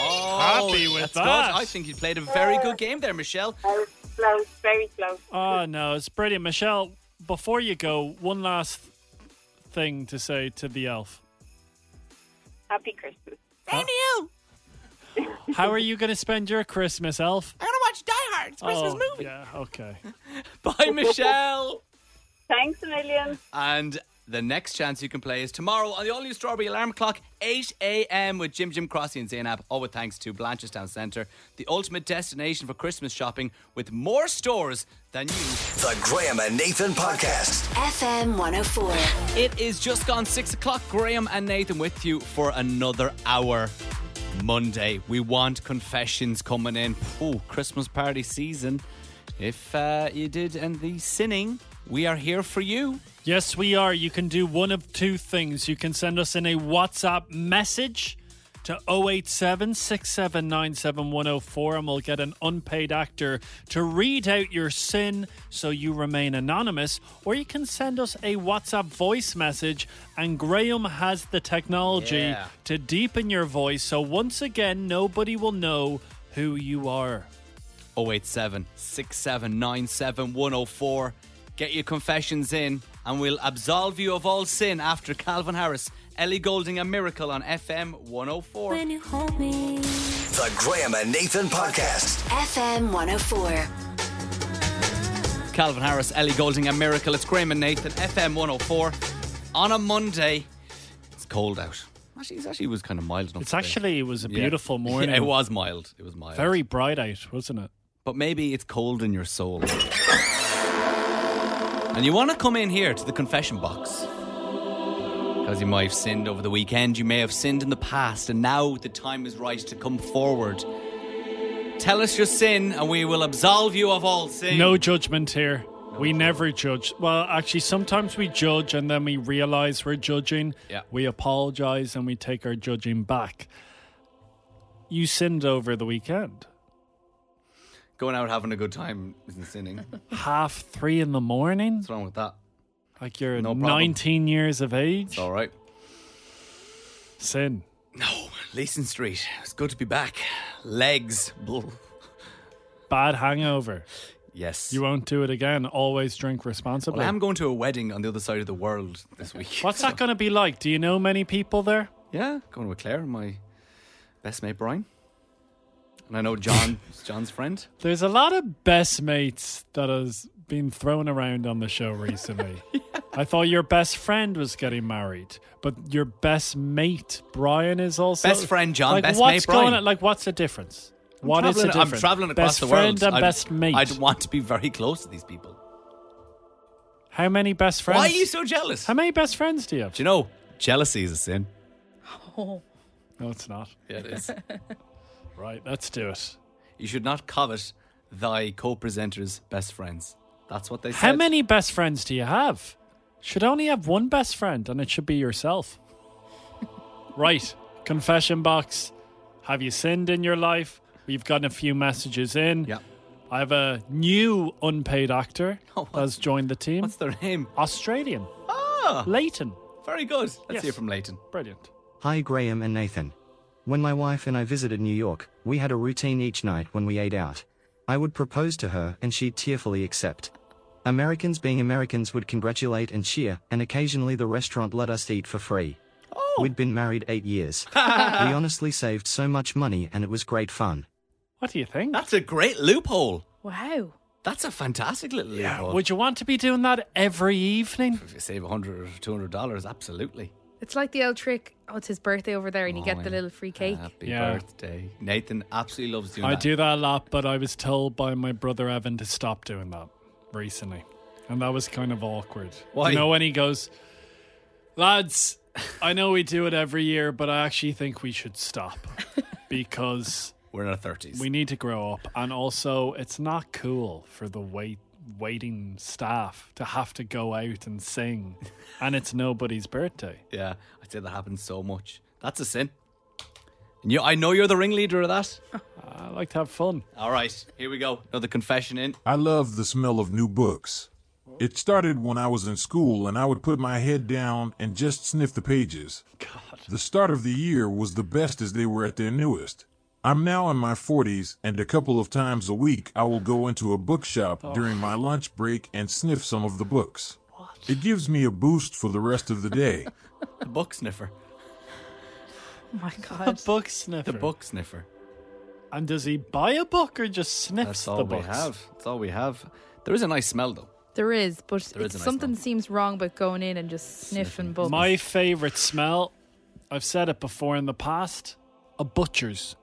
[SPEAKER 1] Oh,
[SPEAKER 2] Happy with
[SPEAKER 1] that's
[SPEAKER 2] that.
[SPEAKER 1] Good. I think you played a very good game there, Michelle.
[SPEAKER 11] Very close, very close.
[SPEAKER 2] Oh no, it's brilliant, Michelle. Before you go, one last thing to say to the elf.
[SPEAKER 11] Happy Christmas.
[SPEAKER 2] How are you going to spend your Christmas, elf?
[SPEAKER 1] I'm going to watch Die Hard. It's
[SPEAKER 2] oh, Yeah, okay.
[SPEAKER 11] *laughs*
[SPEAKER 1] Bye, Michelle.
[SPEAKER 11] Thanks a million.
[SPEAKER 1] And the next chance you can play is tomorrow on the all new Strawberry Alarm Clock, 8 a.m. with Jim Jim Crossy and Zainab. All with thanks to Blanchestown Centre, the ultimate destination for Christmas shopping with more stores than you.
[SPEAKER 4] The Graham and Nathan Podcast.
[SPEAKER 5] FM 104.
[SPEAKER 1] It is just gone 6 o'clock. Graham and Nathan with you for another hour. Monday, we want confessions coming in. Ooh, Christmas party season. If uh, you did and the sinning, we are here for you.
[SPEAKER 2] Yes, we are. You can do one of two things. You can send us in a WhatsApp message to 087 and we'll get an unpaid actor to read out your sin so you remain anonymous. Or you can send us a WhatsApp voice message, and Graham has the technology
[SPEAKER 1] Yeah.
[SPEAKER 2] to deepen your voice so once again nobody will know who you are.
[SPEAKER 1] 087 6797 104. Get your confessions in, and we'll absolve you of all sin after Calvin Harris, Ellie Golding, and Miracle on FM 104.
[SPEAKER 5] you hold me.
[SPEAKER 4] The Graham and Nathan Podcast.
[SPEAKER 5] FM 104.
[SPEAKER 1] Calvin Harris, Ellie Golding, and Miracle. It's Graham and Nathan, FM 104. On a Monday, it's cold out. Actually, it actually was kind of mild enough.
[SPEAKER 2] It's
[SPEAKER 1] today.
[SPEAKER 2] actually, it was
[SPEAKER 1] *laughs*
[SPEAKER 2] a
[SPEAKER 1] Yeah.
[SPEAKER 2] beautiful morning.
[SPEAKER 1] Yeah, it was mild. It was mild.
[SPEAKER 2] Very bright out, wasn't it?
[SPEAKER 1] but maybe it's cold in your soul. and you want to come in here to the confession box. Because you might have sinned over the weekend, you may have sinned in the past, and now the time is right to come forward. Tell us your sin, and we will absolve you of all sin.
[SPEAKER 2] No judgment here. we never judge. Well, actually, sometimes we judge and then we realize we're judging.
[SPEAKER 1] Yeah.
[SPEAKER 2] We apologize and we take our judging back. You sinned over the weekend.
[SPEAKER 1] Going out having a good time isn't sinning. What's
[SPEAKER 2] Half three in the morning?
[SPEAKER 1] wrong with that?
[SPEAKER 2] Like you're
[SPEAKER 1] No problem.
[SPEAKER 2] 19 years of age?
[SPEAKER 1] It's all right.
[SPEAKER 2] Sin.
[SPEAKER 1] No, Leeson Street. It's good to be back. Legs. Blah.
[SPEAKER 2] Bad hangover.
[SPEAKER 1] Yes.
[SPEAKER 2] You won't do it again. Always drink
[SPEAKER 1] well,
[SPEAKER 2] responsibly.
[SPEAKER 1] I am going to a wedding on the other side of the world this week.
[SPEAKER 2] What's that going to be like? Do you know many people there?
[SPEAKER 1] Yeah, going with Claire, my best mate Brian, and I know
[SPEAKER 2] *laughs*
[SPEAKER 1] John, John's friend.
[SPEAKER 2] There's a lot of best mates that has been thrown around on the show
[SPEAKER 1] *laughs*
[SPEAKER 2] recently. I thought your best friend was getting married, but your best mate Brian is also
[SPEAKER 1] Best friend, John,
[SPEAKER 2] Like,
[SPEAKER 1] best
[SPEAKER 2] what's
[SPEAKER 1] mate,
[SPEAKER 2] going
[SPEAKER 1] Brian.
[SPEAKER 2] on? Like, what's the difference? What is the
[SPEAKER 1] Traveling-
[SPEAKER 2] difference?
[SPEAKER 1] I'm traveling across
[SPEAKER 2] best
[SPEAKER 1] the world.
[SPEAKER 2] Best friend
[SPEAKER 1] I'd-
[SPEAKER 2] and best mate.
[SPEAKER 1] I'd want to be very close to these people.
[SPEAKER 2] How many best friends?
[SPEAKER 1] Why are you so jealous?
[SPEAKER 2] How many best friends do you have?
[SPEAKER 1] Do you know jealousy is a sin?
[SPEAKER 2] No, it's not.
[SPEAKER 1] Yeah, it is.
[SPEAKER 2] Right, let's do it.
[SPEAKER 1] *laughs* you should not covet thy co-presenter's best friends. That's what they said.
[SPEAKER 2] How many best friends do you have? Should only have one best friend, and it should
[SPEAKER 1] *laughs*
[SPEAKER 2] be yourself. right, confession box. Have you sinned in your life? We've gotten a few messages in. *laughs*
[SPEAKER 1] Yeah.
[SPEAKER 2] I have a new unpaid actor
[SPEAKER 1] *laughs* Oh,
[SPEAKER 2] that has joined the team.
[SPEAKER 1] What's their name?
[SPEAKER 2] Australian,
[SPEAKER 1] Ah,
[SPEAKER 2] Leighton.
[SPEAKER 1] very good. Let's
[SPEAKER 2] Yes.
[SPEAKER 1] hear from Leighton.
[SPEAKER 2] Brilliant.
[SPEAKER 12] Hi, Graham and Nathan. When my wife and I visited New York, we had a routine each night when we ate out. I would propose to her, and she'd tearfully accept. Americans being Americans would congratulate and cheer, and occasionally the restaurant let us eat for free.
[SPEAKER 1] Oh,
[SPEAKER 12] We'd been married eight years. we honestly saved so much money, and it was great fun.
[SPEAKER 2] What do you think?
[SPEAKER 1] That's a great loophole.
[SPEAKER 3] Wow.
[SPEAKER 1] That's a fantastic little loophole.
[SPEAKER 2] Would you want to be doing that every evening?
[SPEAKER 1] If you save 100 or 200 dollars, absolutely.
[SPEAKER 3] It's like the old trick. Oh, it's his birthday over there, and you
[SPEAKER 1] Oh,
[SPEAKER 3] get
[SPEAKER 1] yeah.
[SPEAKER 3] the little free cake.
[SPEAKER 1] Happy
[SPEAKER 2] Yeah.
[SPEAKER 1] birthday. Nathan absolutely loves doing
[SPEAKER 2] I
[SPEAKER 1] that.
[SPEAKER 2] do that a lot, but I was told by my brother Evan to stop doing that recently. And that was kind of awkward.
[SPEAKER 1] Why?
[SPEAKER 2] You know, when he goes, lads, I know we do it every year, but I actually think we should stop because
[SPEAKER 1] We're in our 30s.
[SPEAKER 2] we need to grow up. And also, it's not cool for the wait waiting staff to have to go out and sing, and it's nobody's birthday.
[SPEAKER 1] yeah, I'd say that happens so much. That's a sin. And you, I know you're the ringleader of that.
[SPEAKER 2] I like to have fun.
[SPEAKER 1] All right, here we go. Another confession in.
[SPEAKER 13] I love the smell of new books. It started when I was in school and I would put my head down and just sniff the pages. The start of the year was the best as they were at their newest. I'm now in my 40s and a couple of times a week I will go into a bookshop during my lunch break and sniff some of the books. It gives me a boost for the rest of the day.
[SPEAKER 1] The book sniffer.
[SPEAKER 3] Oh my
[SPEAKER 2] A
[SPEAKER 3] god.
[SPEAKER 2] book sniffer.
[SPEAKER 1] The book sniffer.
[SPEAKER 2] And does he buy a book or just sniffs
[SPEAKER 1] That's
[SPEAKER 2] the
[SPEAKER 1] all we
[SPEAKER 2] books?
[SPEAKER 1] have. That's all we have. There is a nice smell though.
[SPEAKER 3] There is, but
[SPEAKER 1] There is
[SPEAKER 3] it's
[SPEAKER 1] a nice
[SPEAKER 3] something seems wrong about going in and just sniffing books.
[SPEAKER 2] My favorite smell, I've said it before in the past, a butcher's.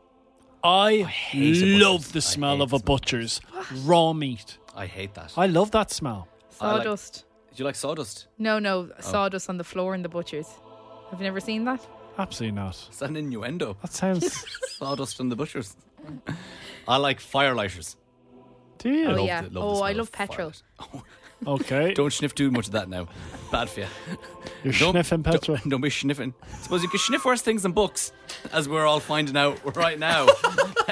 [SPEAKER 2] I,
[SPEAKER 1] a butcher's.
[SPEAKER 2] love the smell of a butcher's raw meat.
[SPEAKER 1] I hate that.
[SPEAKER 2] I love that smell.
[SPEAKER 1] I like-
[SPEAKER 3] Sawdust.
[SPEAKER 1] Do you like sawdust?
[SPEAKER 3] No, no, sawdust on the floor in the butcher's. Have you never seen that?
[SPEAKER 2] Absolutely not.
[SPEAKER 1] Is that an innuendo?
[SPEAKER 2] That *laughs* sounds.
[SPEAKER 1] sawdust from the butchers. I like firelighters.
[SPEAKER 2] Do you?
[SPEAKER 3] Oh
[SPEAKER 1] Love
[SPEAKER 3] yeah.
[SPEAKER 1] the- love the
[SPEAKER 3] Oh, I
[SPEAKER 1] smell
[SPEAKER 3] love
[SPEAKER 1] of fire.
[SPEAKER 3] petrol.
[SPEAKER 1] *laughs*
[SPEAKER 2] Okay.
[SPEAKER 1] Don't sniff too much of that now. Bad for you.
[SPEAKER 2] You're
[SPEAKER 1] Don't-
[SPEAKER 2] sniffing petrol.
[SPEAKER 1] Don't, don't be sniffing. Suppose you could sniff worse things than books, as we're all finding out right
[SPEAKER 2] *laughs*
[SPEAKER 1] now.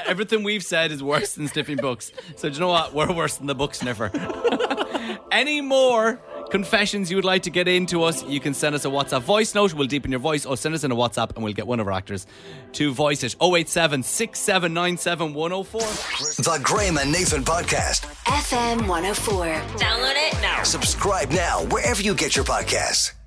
[SPEAKER 1] Everything we've said is worse than sniffing books. So do you know what? We're worse than the book sniffer. *laughs* Any more confessions you would like to get in to us, you can send us a WhatsApp voice note. We'll deepen your voice or send us in a WhatsApp and we'll get one of our actors to voice it. 087 6797 104.
[SPEAKER 4] The Graham and Nathan Podcast.
[SPEAKER 5] FM 104.
[SPEAKER 14] Download it now.
[SPEAKER 4] Subscribe now wherever you get your podcasts.